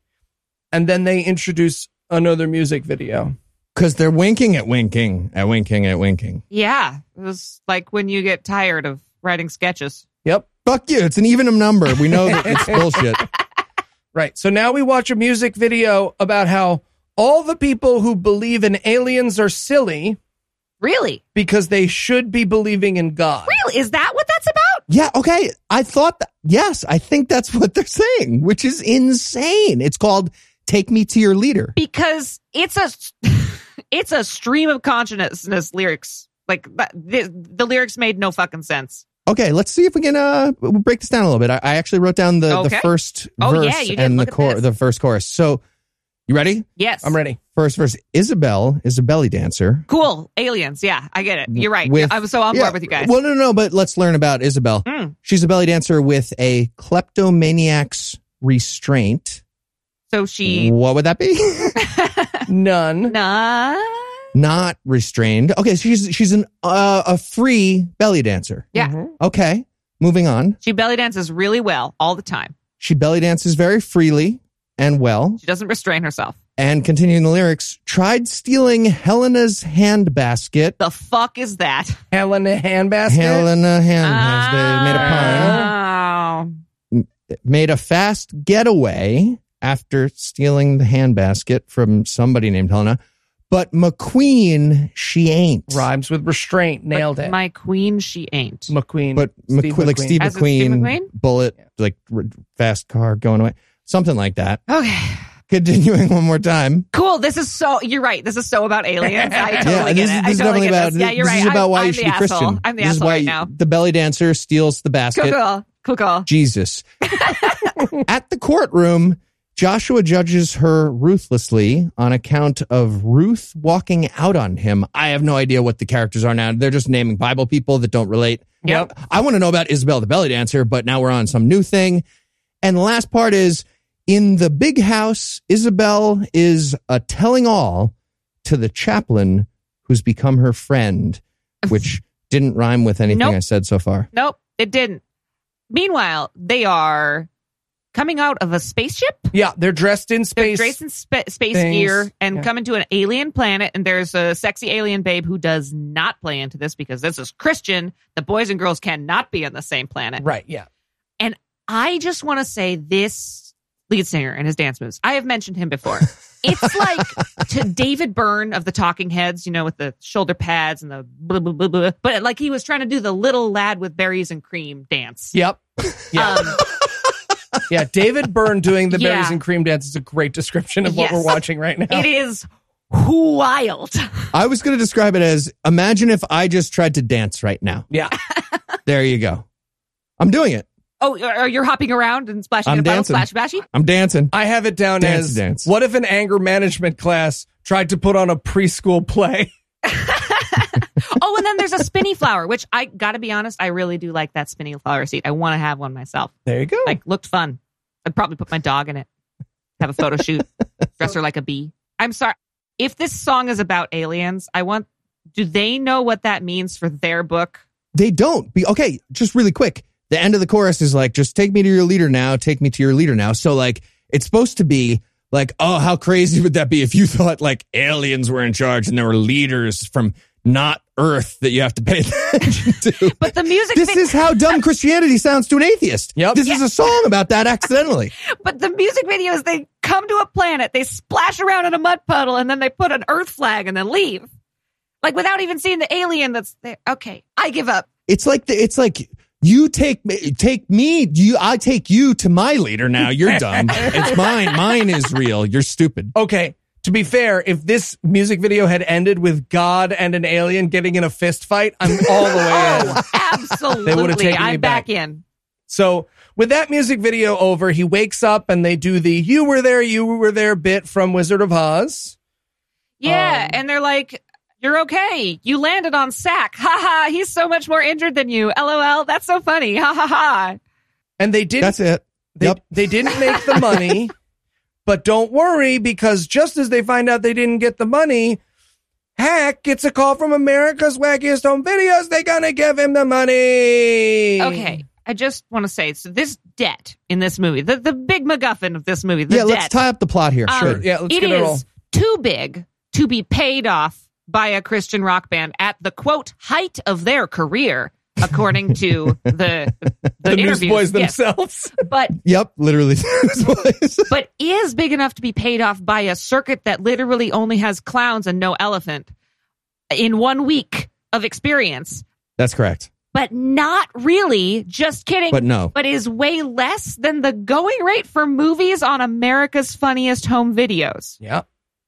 And then they introduce another music video.
Because they're winking at winking at winking at winking.
Yeah, it was like when you get tired of writing sketches.
Yep.
Fuck you. It's an even number. We know that it's bullshit.
Right. So now we watch a music video about how all the people who believe in aliens are silly
Really?
because they should be believing in God.
Really? Is that what that's about?
Yeah, okay. I thought, th- yes, I think that's what they're saying, which is insane. It's called Take Me to Your Leader.
Because it's a it's a stream of consciousness lyrics. Like th- the, the lyrics made no fucking sense.
Okay, let's see if we can uh, break this down a little bit. I, I actually wrote down the, the
Okay.
first
Oh, yeah,
verse
you did.
and the,
Look at
chor-
this.
the first chorus. So, you ready?
Yes,
I'm ready.
First verse Isabel is a belly dancer.
Cool. Aliens. Yeah, I get it. You're right.
With-
I'm so on
Yeah.
board with you guys.
Well, no, no, no, but let's learn about Isabel.
Mm.
She's a belly dancer with a kleptomaniac's restraint.
So she
What would that be? Mm-hmm.
None.
nah.
Not restrained. Okay, she's she's an uh, a free belly dancer.
Yeah.
Mhm.
Okay, moving on.
She belly dances really well all the time.
She belly dances very freely and well.
She doesn't restrain herself.
And continuing the lyrics, tried stealing Helena's handbasket.
The fuck is that?
Helena handbasket.
Helena
Ah.
handbasket made a pun.
Oh.
Made a fast getaway after stealing the handbasket from somebody named Helena. But McQueen, she ain't.
Rhymes with restraint. Nailed
But
it.
My queen, she ain't.
McQueen.
But
Steve
McQu- like
McQueen.
Steve
As in Steve
McQueen,
McQueen?
bullet, like r- fast car going away, something like that.
Okay.
Continuing one more time.
Cool. This is so. You're right. This is so about aliens. I totally
yeah,
get
this, is-
it. I
this is definitely
totally get
about.
this. Yeah, you're
this
right.
is about
I'm,
why
I'm
you
the
should be
asshole.
Christian.
I'm the
this is
asshole
why
right now.
the belly dancer steals the basket.
Cool, cool, cool, cool.
Jesus. At the courtroom, Joshua judges her ruthlessly on account of Ruth walking out on him. I have no idea what the characters are now. They're just naming Bible people that don't relate.
Yep.
I want to know about Isabel the belly dancer, but now we're on some new thing. And the last part is in the big house, Isabel is a telling all to the chaplain who's become her friend, which didn't rhyme with anything
Nope.
I said so far.
Nope, it didn't. Meanwhile, they are coming out of a spaceship.
yeah, they're dressed in
They're
space.
dressed in spa- space
things.
gear and
Yeah.
coming to an alien planet. And there's a sexy alien babe who does not play into this because this is Christian. The boys and girls cannot be on the same planet.
right. Yeah.
I just want to say this lead singer and his dance moves. I have mentioned him before. It's like to David Byrne of the Talking Heads, you know, with the shoulder pads and the blah, blah, blah, blah. But like he was trying to do the little lad with berries and cream dance.
Yep. Yeah.
Um,
yeah. David Byrne doing the
Yeah.
berries and cream dance is a great description of what
Yes.
we're watching right now.
it is wild.
I was going to describe it as imagine if I just tried to dance right now.
Yeah.
There you go. I'm doing it.
Oh, or you're hopping around and splashing
I'm
in a puddle,
dancing.
splash bashy.
I'm dancing.
I have it down
Dance
as
dance.
what if an anger management class tried to put on a preschool play?
Oh, and then there's a spinny flower, which I gotta be honest, I really do like that spinny flower seat. I want to have one myself.
There you go.
Like, looked fun. I'd probably put my dog in it, have a photo shoot, dress her like a bee. I'm sorry. If this song is about aliens, I want. Do they know what that means for their book?
They don't be okay. Just really quick. The end of the chorus is like, just take me to your leader now. Take me to your leader now. So like, it's supposed to be like, oh, how crazy would that be if you thought like aliens were in charge and there were leaders from not Earth that you have to pay attention to.
But the music
This
video,
is how dumb Christianity sounds to an atheist.
Yep.
This is a song about that accidentally.
but the music videos, they come to a planet, they splash around in a mud puddle, and then they put an Earth flag and then leave, like without even seeing the alien that's there. Okay, I give up.
It's like the, it's like you take me- take me you I take you to my leader now. You're dumb. it's mine. Mine is real. You're stupid.
okay. To be fair, if this music video had ended with God and an alien getting in a fist fight, I'm all the way in.
Oh, absolutely.
taken me
I'm
back.
back in.
So with that music video over, he wakes up and they do the "You were there, you were there" bit from Wizard of Oz.
Yeah,
Um,
and they're like, "You're okay. You landed on sack. Ha ha. He's so much more injured than you. LOL. That's so funny. Ha ha ha."
And they didn't.
That's it.
They,
yep.
they didn't make the money, but don't worry because just as they find out they didn't get the money, Hack gets a call from America's Wackiest Home Videos. They gonna give him the money.
Okay. I just want to say, so this debt in this movie, the the big MacGuffin of this movie, the
Yeah,
debt,
let's tie up the plot here.
Um,
sure.
Yeah, let's
it
get it all.
is too big to be paid off by a Christian rock band at the quote height of their career, according to the the,
The
interviews.
newsboys
Yes.
themselves.
But
Yep, literally. This was-
but is big enough to be paid off by a circuit that literally only has clowns and no elephant in one week of experience,
That's correct.
but not really. Just kidding.
But no.
But is way less than the going rate for movies on America's Funniest Home Videos.
Yeah.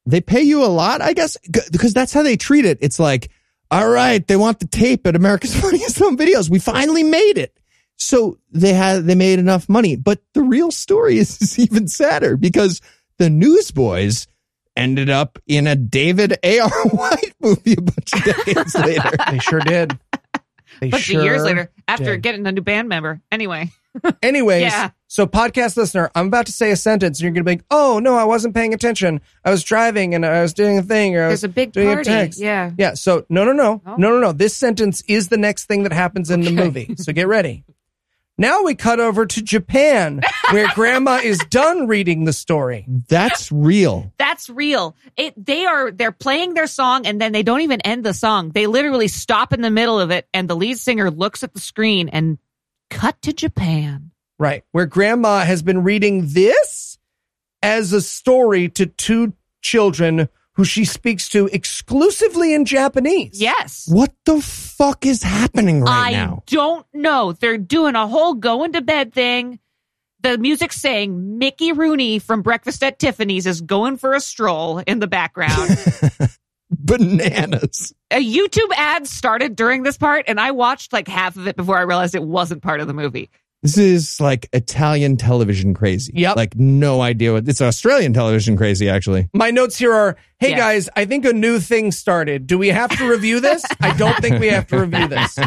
They pay you a lot, I guess, g- because that's how they treat it. It's like, all right, they want the tape at America's Funniest Home Videos. We finally made it. So they had they made enough money, but the real story is, is even sadder because the Newsboys ended up in a David A.R. White movie a bunch of decades later.
They sure did. They
But
sure
years later, after
did.
getting a new band member. Anyway,
Anyways,
Yeah.
so podcast listener, I'm about to say a sentence, and you're going to be like, "Oh no, I wasn't paying attention. I was driving, and I was doing a thing, or I
there's
was
a big
doing
party.
a text."
Yeah.
Yeah. So no, no, no,
Oh.
no, no, no. This sentence is the next thing that happens in the movie. So get ready. Now we cut over to Japan, where Grandma is done reading the story.
That's real.
That's real. It they are they're playing their song and then they don't even end the song. They literally stop in the middle of it and the lead singer looks at the screen and cut to Japan.
Right, where Grandma has been reading this as a story to two children who who she speaks to exclusively in Japanese.
Yes.
What the fuck is happening right
I
now?
don't know. They're doing a whole going to bed thing. The music's saying Mickey Rooney from Breakfast at Tiffany's is going for a stroll in the background.
Bananas.
a YouTube ad started during this part, and I watched like half of it before I realized it wasn't part of the movie.
This is like Italian television crazy.
Yep.
Like no idea what it's Australian television crazy actually.
My notes here are hey
Yeah.
guys, I think a new thing started. Do we have to review this? I don't think we have to review this.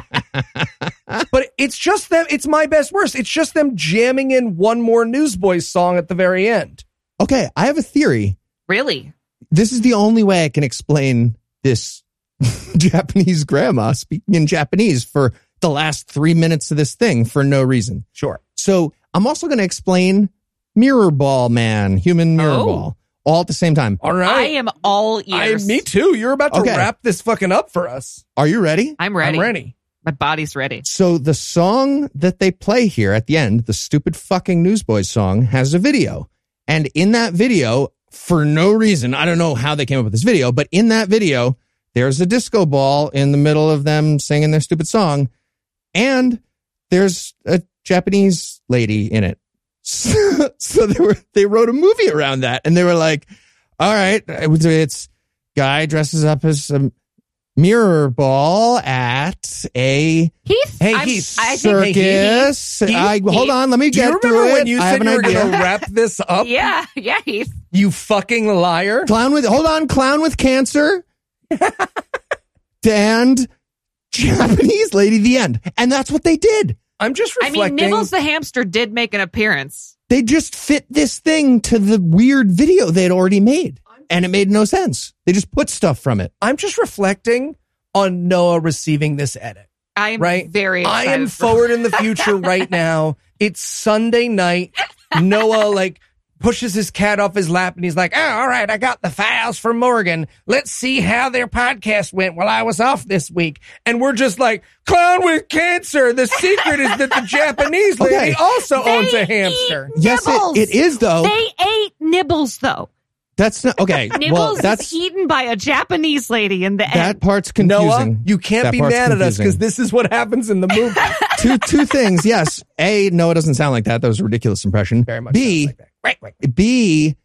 But it's just them, it's my best worst. It's just them jamming in one more Newsboys song at the very end.
Okay, I have a theory.
Really?
This is the only way I can explain this Japanese grandma speaking in Japanese for the last 3 minutes of this thing for no reason.
Sure.
So I'm also going to explain Mirror Ball Man, Human Mirror
Oh.
Ball, all at the same time.
All
I
right.
am all
I,
ears.
me too. You're about to
Okay.
wrap this fucking up for us.
Are you ready?
I'm ready.
I'm ready.
My body's ready.
So the song that they play here at the end, the stupid fucking Newsboys song, has a video. And in that video, for no reason, I don't know how they came up with this video, but in that video, there's a disco ball in the middle of them singing their stupid song. And there's a Japanese lady in it. So, so they were they wrote a movie around that and they were like, all right, it's guy dresses up as a mirror ball at a
Heath,
Hey,
I'm-
Heath,
I think
circus.
Heath,
I,
Heath,
hold on, let me
Do
get
you remember
through
when
it.
you
I
said
have an
you were
idea.
going to wrap this up?
Yeah, yeah, Heath.
You fucking liar.
clown with hold on, clown with cancer, and Japanese lady. The end, and that's what they did.
I'm just
I mean,
reflecting.
Nibbles the hamster did make an appearance.
They just fit this thing to the weird video they had already made, and it made no sense. They just put stuff from it.
I'm just reflecting on Noah receiving this edit.
I am
Right.
very.
I
Excited
am
for-
forward in the future right now. It's Sunday night. Noah like pushes his cat off his lap and he's like, "Oh, all right, I got the files from Morgan. Let's see how their podcast went while I was off this week." And we're just like, "Clown with cancer. The secret is that the Japanese lady
Okay.
also
They
owns a
eat
hamster."
Yes,
Nibbles.
it, it is though.
They ate Nibbles though.
that's not okay.
Nibbles
well,
is
that's
eaten by a Japanese lady in the
that
end.
part's confusing.
Noah, you can't
That
be
part's
mad at us
confusing.
because this is what happens in the movie.
two two things. Yes. A, no, it doesn't sound like that. That was a ridiculous impression.
Very much.
B,
sounds like that. right, right.
B,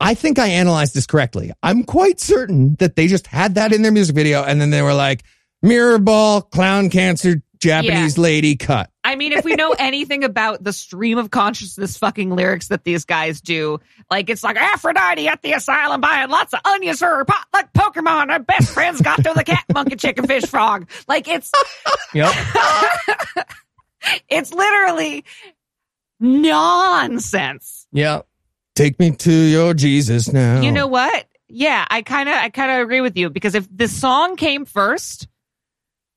I think I analyzed this correctly. I'm quite certain that they just had that in their music video and then they were like, mirror ball, clown cancer, Japanese lady cut.
I mean, if we know anything about the stream of consciousness fucking lyrics that these guys do, like it's like Aphrodite at the asylum buying lots of onions for her pot like Pokemon. Her best friends got to the cat monkey chicken fish frog. Like it's
Yep.
it's literally nonsense.
Yeah.
Take me to your Jesus now.
You
Oh.
know what? Yeah, I kind of I kind of agree with you because if the song came first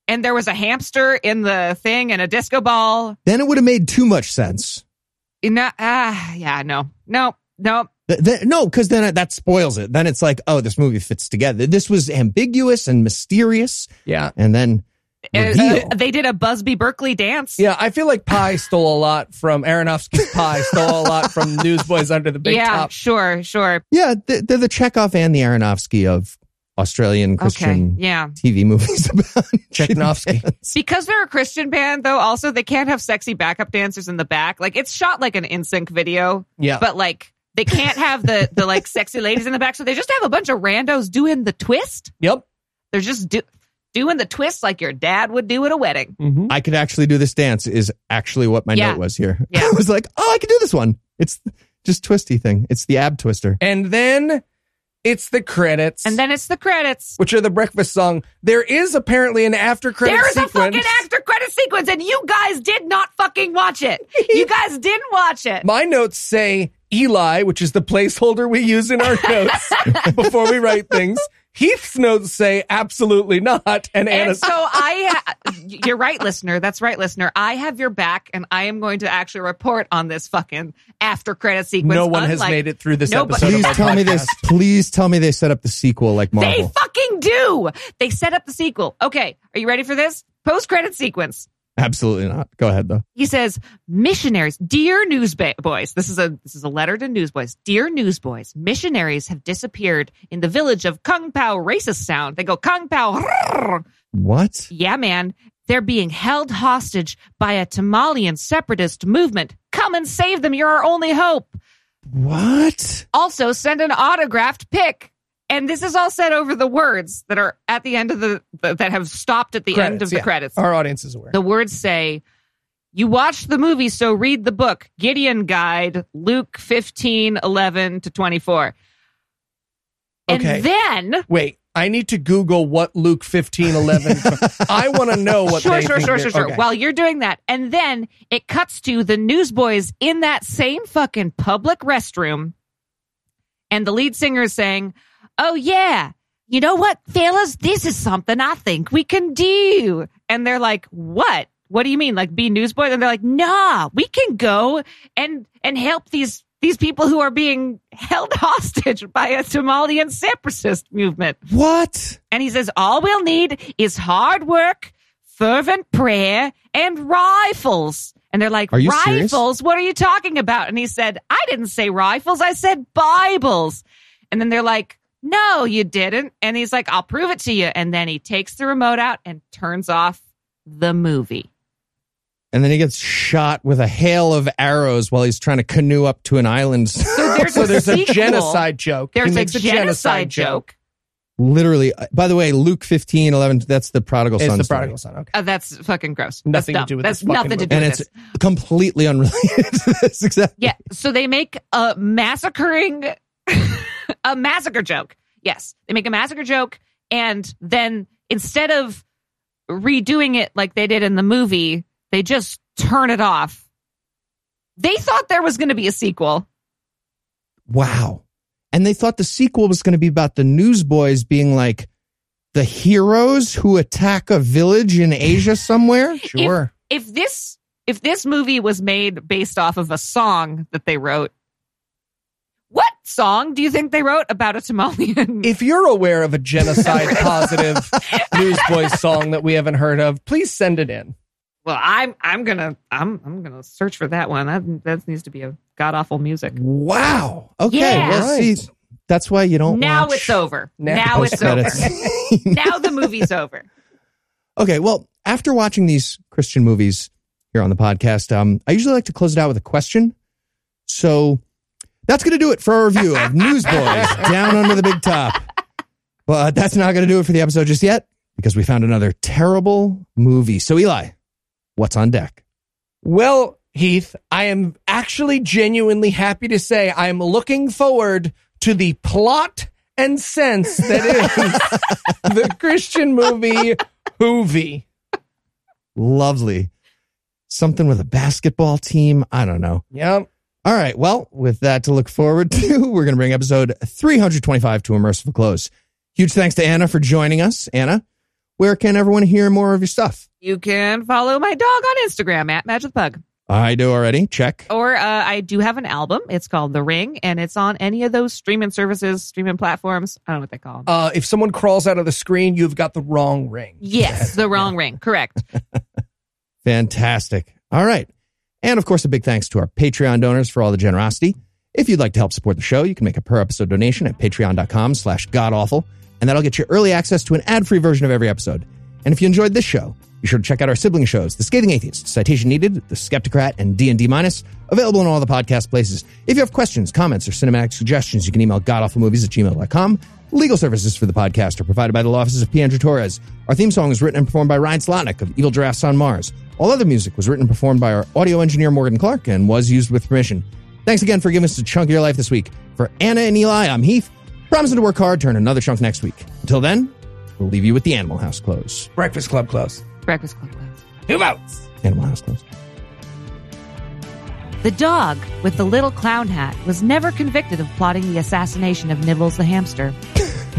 and there was a hamster in the thing and a disco ball,
then it would have made too much sense.
you know, ah, yeah, no. No. No.
Th- th- no, because then it, that spoils it. Then it's like, oh, this movie fits together. This was ambiguous and mysterious.
Yeah.
And then reveal.
Uh, they did a Busby Berkeley dance.
Yeah, I feel like Pie stole a lot from Aronofsky's Pie stole a lot from Newsboys Under the Big
Yeah,
Top.
sure, sure.
yeah, th- they're the Chekhov and the Aronofsky of Australian Christian
Okay. Yeah.
TV movies about
Chekhovsky.
Because they're a Christian band though, also they can't have sexy backup dancers in the back. Like it's shot like an NSYNC video.
Yeah,
but like they can't have the the like sexy ladies in the back, so they just have a bunch of randos doing the twist.
yep.
They're just do, doing the twist like your dad would do at a wedding.
Mm-hmm.
I could actually do this dance is actually what my
Yeah.
note was here.
Yeah.
I was like, oh, I can do this one. It's just twisty thing. It's the ab twister.
And then it's the credits,
And then it's the credits.
which are the breakfast song. There is apparently an after credit
There is a
sequence.
fucking after credit sequence, and you guys did not fucking watch it. You guys didn't watch it.
My notes say Eli, which is the placeholder we use in our notes before we write things. Heath's notes say absolutely not, and
And
Anna's
so I, ha- you're right, listener. That's right, listener. I have your back, and I am going to actually report on this fucking after credit sequence.
no one has
unlike-
made it through this
No, but-
episode. of
Please
our
tell me this.
podcast.
Please tell me they set up the sequel like
They
Marvel.
fucking do. They set up the sequel. Okay, are you ready for this? Post credit sequence.
Absolutely not. Go ahead though.
He says, missionaries, dear newsboys, this is a this is a letter to newsboys. Dear newsboys, missionaries have disappeared in the village of Kung Pao racist sound. They go Kung Pao.
What?
Yeah, man. They're being held hostage by a Tamalian separatist movement. Come and save them. You're our only hope.
What?
Also, send an autographed pic. And this is all said over the words that are at the end of the, that have stopped at the end of
Credits,
the
yeah.
credits.
Our audience is aware.
The words say, You watched the movie, so read the book Gideon Guide, Luke 15, 11 to 24.
Okay.
And then,
Wait, I need to Google what Luke fifteen eleven. I want to know what.
sure,
they
sure,
think
sure,
they're-
sure, sure.
okay.
While you're doing that, and then it cuts to the newsboys in that same fucking public restroom, and the lead singer is saying, "Oh yeah, you know what, fellas, this is something I think we can do." And they're like, "What? What do you mean, like be newsboys?" And they're like, "Nah, we can go and and help these." These people who are being held hostage by a Somalian separatist movement.
What?
And he says, all we'll need is hard work, fervent prayer, and rifles. And they're like,
Are you serious?
rifles? What are you talking about? And he said, I didn't say rifles. I said Bibles. And then they're like, no, you didn't. And he's like, I'll prove it to you. And then he takes the remote out and turns off the movie.
And then he gets shot with a hail of arrows while he's trying to canoe up to an island.
So there's,
So there's a
sequel.
genocide joke. He
There's a
makes
genocide, joke.
Literally. uh, By the way, Luke 15, 11, that's the prodigal
It's
son.
the
story.
prodigal son. Okay.
Oh, that's fucking gross.
Nothing to
that's dumb.
do with
That's
this fucking
nothing to
movie.
do
And
with
it's
this.
completely unrelated to this. Exactly.
Yeah. So they make a massacring, a massacre joke. Yes. They make a massacre joke. And then instead of redoing it like they did in the movie, they just turn it off. They thought there was going to be a sequel.
Wow. And they thought the sequel was going to be about the newsboys being like the heroes who attack a village in Asia somewhere.
Sure.
If this, if this movie was made based off of a song that they wrote, what song do you think they wrote about a Tamalian?
If you're aware of a genocide positive newsboy song that we haven't heard of, please send it in.
well, I'm, I'm gonna, I'm, I'm gonna search for that one. That, that needs to be a god awful music.
Wow. Okay.
Yeah.
Well,
Right.
see, that's why you don't
now
watch
it's over.
Now-
Now,
post
it's over.
credits.
now the movie's over.
Okay, well, after watching these Christian movies here on the podcast, um, I usually like to close it out with a question. So that's going to do it for our review of Newsboys Down Under the Big Top. But that's not going to do it for the episode just yet because we found another terrible movie. So, Eli, what's on deck?
Well, Heath, I am actually genuinely happy to say I'm looking forward to the plot and sense that is the Christian movie Hoovy.
Lovely. Something with a basketball team. I don't know.
Yep.
All right. Well, with that to look forward to, we're going to bring episode 325 to a merciful close. Huge thanks to Anna for joining us. Anna, where can everyone hear more of your stuff?
You can follow my dog on Instagram at Magic the Pug.
I do already. Check.
Or uh, I do have an album. It's called The Ring, and it's on any of those streaming services, streaming platforms. I don't know what they call them.
Uh, if someone crawls out of the screen, you've got the wrong ring.
yes, The Wrong Ring. Correct.
Fantastic. All right. And of course, a big thanks to our Patreon donors for all the generosity. If you'd like to help support the show, you can make a per episode donation at patreon.com slash godawful, and that'll get you early access to an ad-free version of every episode. And if you enjoyed this show, be sure to check out our sibling shows, The Scathing Atheist, Citation Needed, The Skeptocrat, and D&D Minus, available in all the podcast places. If you have questions, comments, or cinematic suggestions, you can email godawfulmovies at gmail.com. Legal services for the podcast are provided by the law offices of P. Andrew Torres. Our theme song was written and performed by Ryan Slotnick of Evil Giraffes on Mars. All other music was written and performed by our audio engineer Morgan Clark and was used with permission. Thanks again for giving us a chunk of your life this week. For Anna and Eli, I'm Heath, promising to work hard to earn another chunk next week. Until then, we'll leave you with the Animal House close.
Breakfast Club close.
Breakfast Club. Loves.
Who votes?
Animal House close.
The dog with the little clown hat was never convicted of plotting the assassination of Nibbles the hamster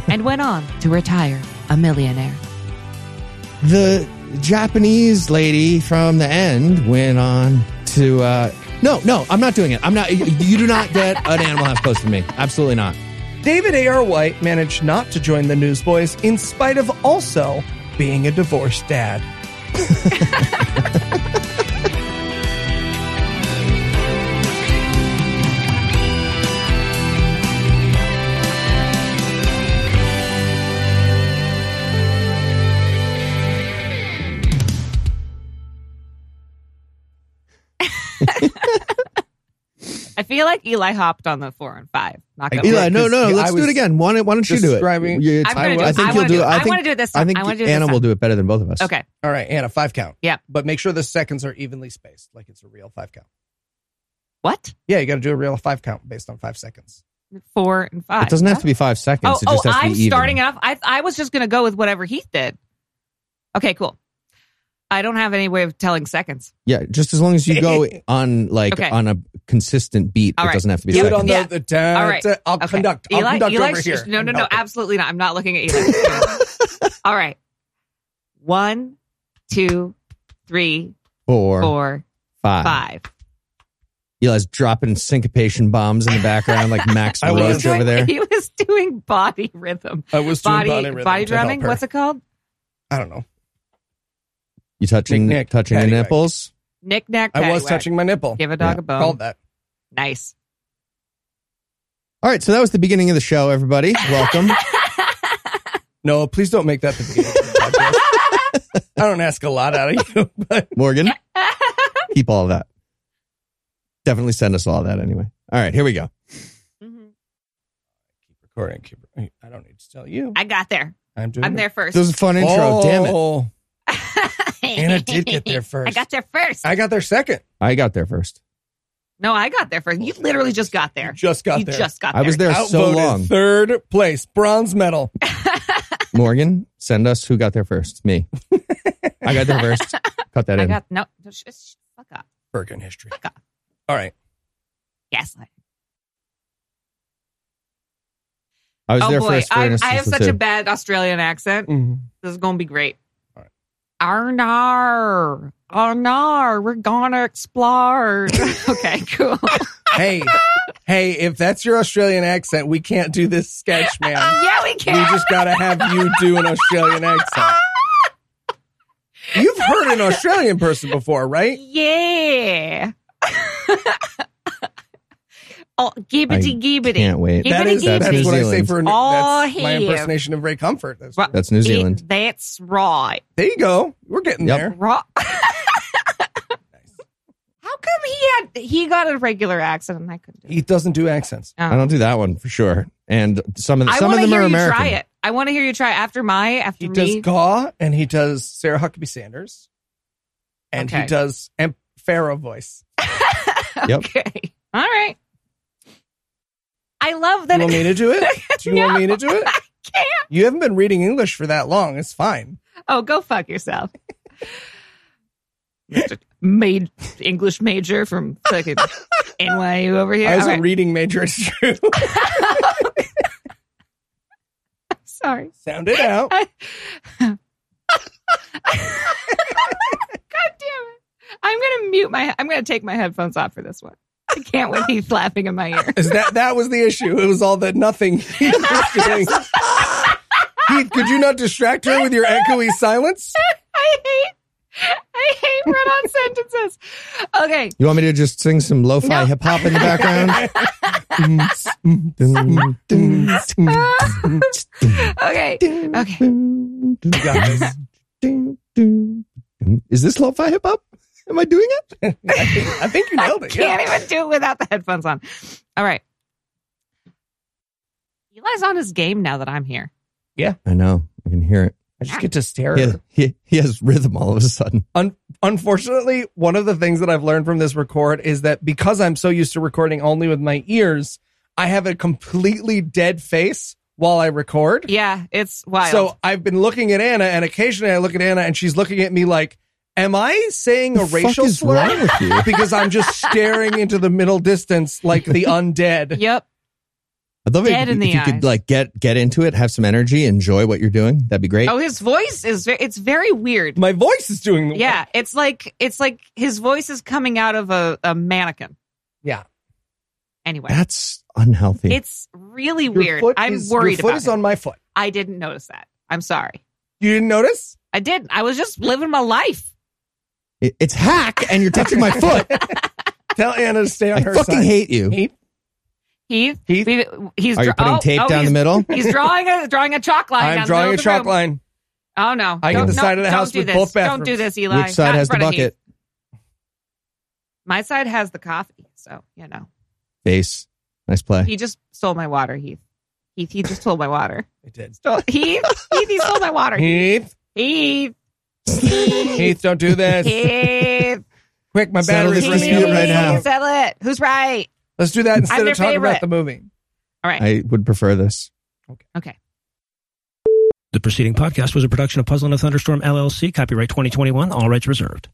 and went on to retire a millionaire.
the Japanese lady from the end went on to. Uh, no, no, I'm not doing it. I'm not. You, you do not get an Animal House post from me. Absolutely not.
David A.R. White managed not to join the Newsboys in spite of also being a divorced dad.
I feel like Eli hopped on the four and five. Not gonna
Eli,
lie.
no,
Because
no,
I
let's do
was
it again. Why don't, why don't you do it?
describing-
You- it's-
I'm gonna do it.
I think
I
you'll
wanna
do
do
it.
it.
I
I
think
wanna do it this time.
I think
I wanna do it this
Anna will
time.
do it better than both of us.
Okay.
All right, Anna, five count.
Yeah.
But make sure the seconds are evenly spaced, like it's a real five count.
What?
Yeah, you got to do a real five count based on five seconds.
Four and five.
It doesn't have to be five seconds.
Oh,
it just
oh,
has to be
I'm
even.
starting off. I I was just gonna go with whatever Heath did. Okay, cool. I don't have any way of telling seconds.
Yeah, just as long as you go on like
Okay.
on a consistent beat,
All
it
right.
doesn't have to be
Do it
seconds.
on the,
Yeah.
the da-
All right.
da- I'll
Okay.
conduct. I'll conduct over
sh-
here.
No, no,
and
no,
help it.
absolutely not. I'm not looking at Eli. All right. One, two, three,
Four,
four,
five.
five.
Eli's dropping syncopation bombs in the background like Max
I was.
Roach over there.
He was doing body rhythm.
I was doing
Body,
body,
body,
rhythm to help
drumming?
her.
What's it called?
I don't know.
You touching
Knick-knack,
touching your
paddywhack.
nipples?
Knick knack.
I was
paddywhack.
touching my nipple.
Give a dog a bone.
Called that.
Nice.
All right, so that was the beginning of the show, everybody. Welcome.
No, please don't make that the beginning. of the podcast. I don't ask a lot out of you, but
Morgan, keep all of that. Definitely send us all that anyway. All right, here we go.
Mhm.
keep recording. Keep. I don't need to tell you.
I got there.
I'm doing.
I'm
it.
there first.
This was a fun intro. Damn it.
Oh, Anna did get there first.
I got there first.
I got there second.
I got there first.
no, I got there first. You literally just got there.
You just got
you
there.
just got
I was there so
Outvoted
long.
Third place, bronze medal.
Morgan, send us who got there first. Me. I got there first. Cut that
I
in.
got no. sh- sh- fuck up.
Bergen history.
God.
All right.
Gaslight.
I was
Oh
there
boy,
first. for
I,
instance,
I have such
too.
a bad Australian accent. This is gonna be great.
Mm. All right.
Arnar, Arnar, we're gonna explore. okay, cool.
Hey, hey, if that's your Australian accent, we can't do this sketch, man.
yeah, we
We
can.
just gotta have you do an Australian accent. You've heard an Australian person before, right?
Yeah. oh, gibbity gibbity.
Can't wait.
Give
That
it a
is that's
New
what I say
Zealand.
for
Oh,
that's my
here.
impersonation of Ray Comfort. That's-
Right.
That's New Zealand.
It- that's right.
there you go. We're getting
Yep.
there.
Right. How come he had he got a regular accent and I couldn't do it?
He doesn't do accents.
Oh.
I don't do that one for sure. And some of the,
I
some of
wanna
them
hear
are
you
American.
try it. I want to hear you try it after my after
He does
me.
Gaw and he does Sarah Huckabee Sanders, and he
Okay.
does and Pharaoh voice.
Yep.
Okay. All right. I love that.
you want me
It,
to do it? Do you want me to do it?
I can't.
You haven't been reading English for that long. It's fine.
Oh, go fuck yourself. Mr. Made English major from fucking NYU over here.
I
All
was
right.
a reading major. It's true.
Sorry.
Sound it out.
God damn it. I'm gonna mute my. I'm gonna take my headphones off for this one. I can't with Heath laughing in my ear.
Is that that was the issue? It was all the nothing he was doing. Heath, could you not distract her with your echoey silence?
I hate. I hate run-on sentences. Okay.
You want me to just sing some lo-fi
No.
hip hop in the
Uh, Okay. Okay.
You got this.
background? Is this lo-fi hip hop? Am I doing it?
I think, I think you nailed it.
Can't
Yeah.
even do it without the headphones on. All right. Eli's on his game now that I'm here.
I know. I can hear it.
I just get to stare at
He,
her.
he, he has rhythm all of a sudden.
Unfortunately, one of the things that I've learned from this record is that because I'm so used to recording only with my ears, I have a completely dead face while I record.
Yeah, it's wild.
So I've been looking at Anna, and occasionally I look at Anna, and she's looking at me like, "Am I saying
the
a racial
fuck is
slur?"
wrong with you?
Because I'm just staring into the middle distance like the undead.
yep.
I'd love it
Dead
if,
in the
if you could
eyes.
like get get into it, have some energy, enjoy what you're doing. That'd be great.
Oh, his voice is ve- it's very weird.
My voice is doing the
Yeah, it's like it's like his voice is coming out of a, a mannequin.
Yeah.
Anyway,
That's unhealthy.
it's really
Your
weird.
foot
I'm
is-
worried
Your foot
about
is
him.
on my foot.
I didn't notice that. I'm sorry.
You didn't notice?
I I did. I was just living my life.
It- It's hack, and you're touching my foot.
Tell Anna to stay on
I
her
fucking
side.
hate you.
Heath,
Heath,
Heath?
we- he's
Are you
dra-
putting
oh,
tape
oh,
down the
he's-
middle?
He's drawing a drawing a chalk line. down
I'm
the
drawing
middle
a
of the
chalk
room.
line.
Oh no!
I
get
Don't-
the
no,
side of the
don't
house
do
with
this.
both
Don't do
bathrooms.
this, Eli.
Which side
Not in
has the
front of Heath.
bucket?
My side has the coffee, so you know.
Face. Nice play.
He just stole my water, Heath. Heath, he just stole my water.
I did.
Stole, Heath, Heath, he stole my water.
Heath,
Heath, Heath,
Heath, don't do this.
Heath.
Quick, my
Settle
battery's
this dispute
running
right
out.
now.
Heath, Settle it. Who's right?
Let's do that instead
their
of talking about
favorite.
the movie.
All right.
I would prefer this.
okay.
The preceding podcast was a production of Puzzle and a Thunderstorm LLC, copyright 2021, all rights reserved.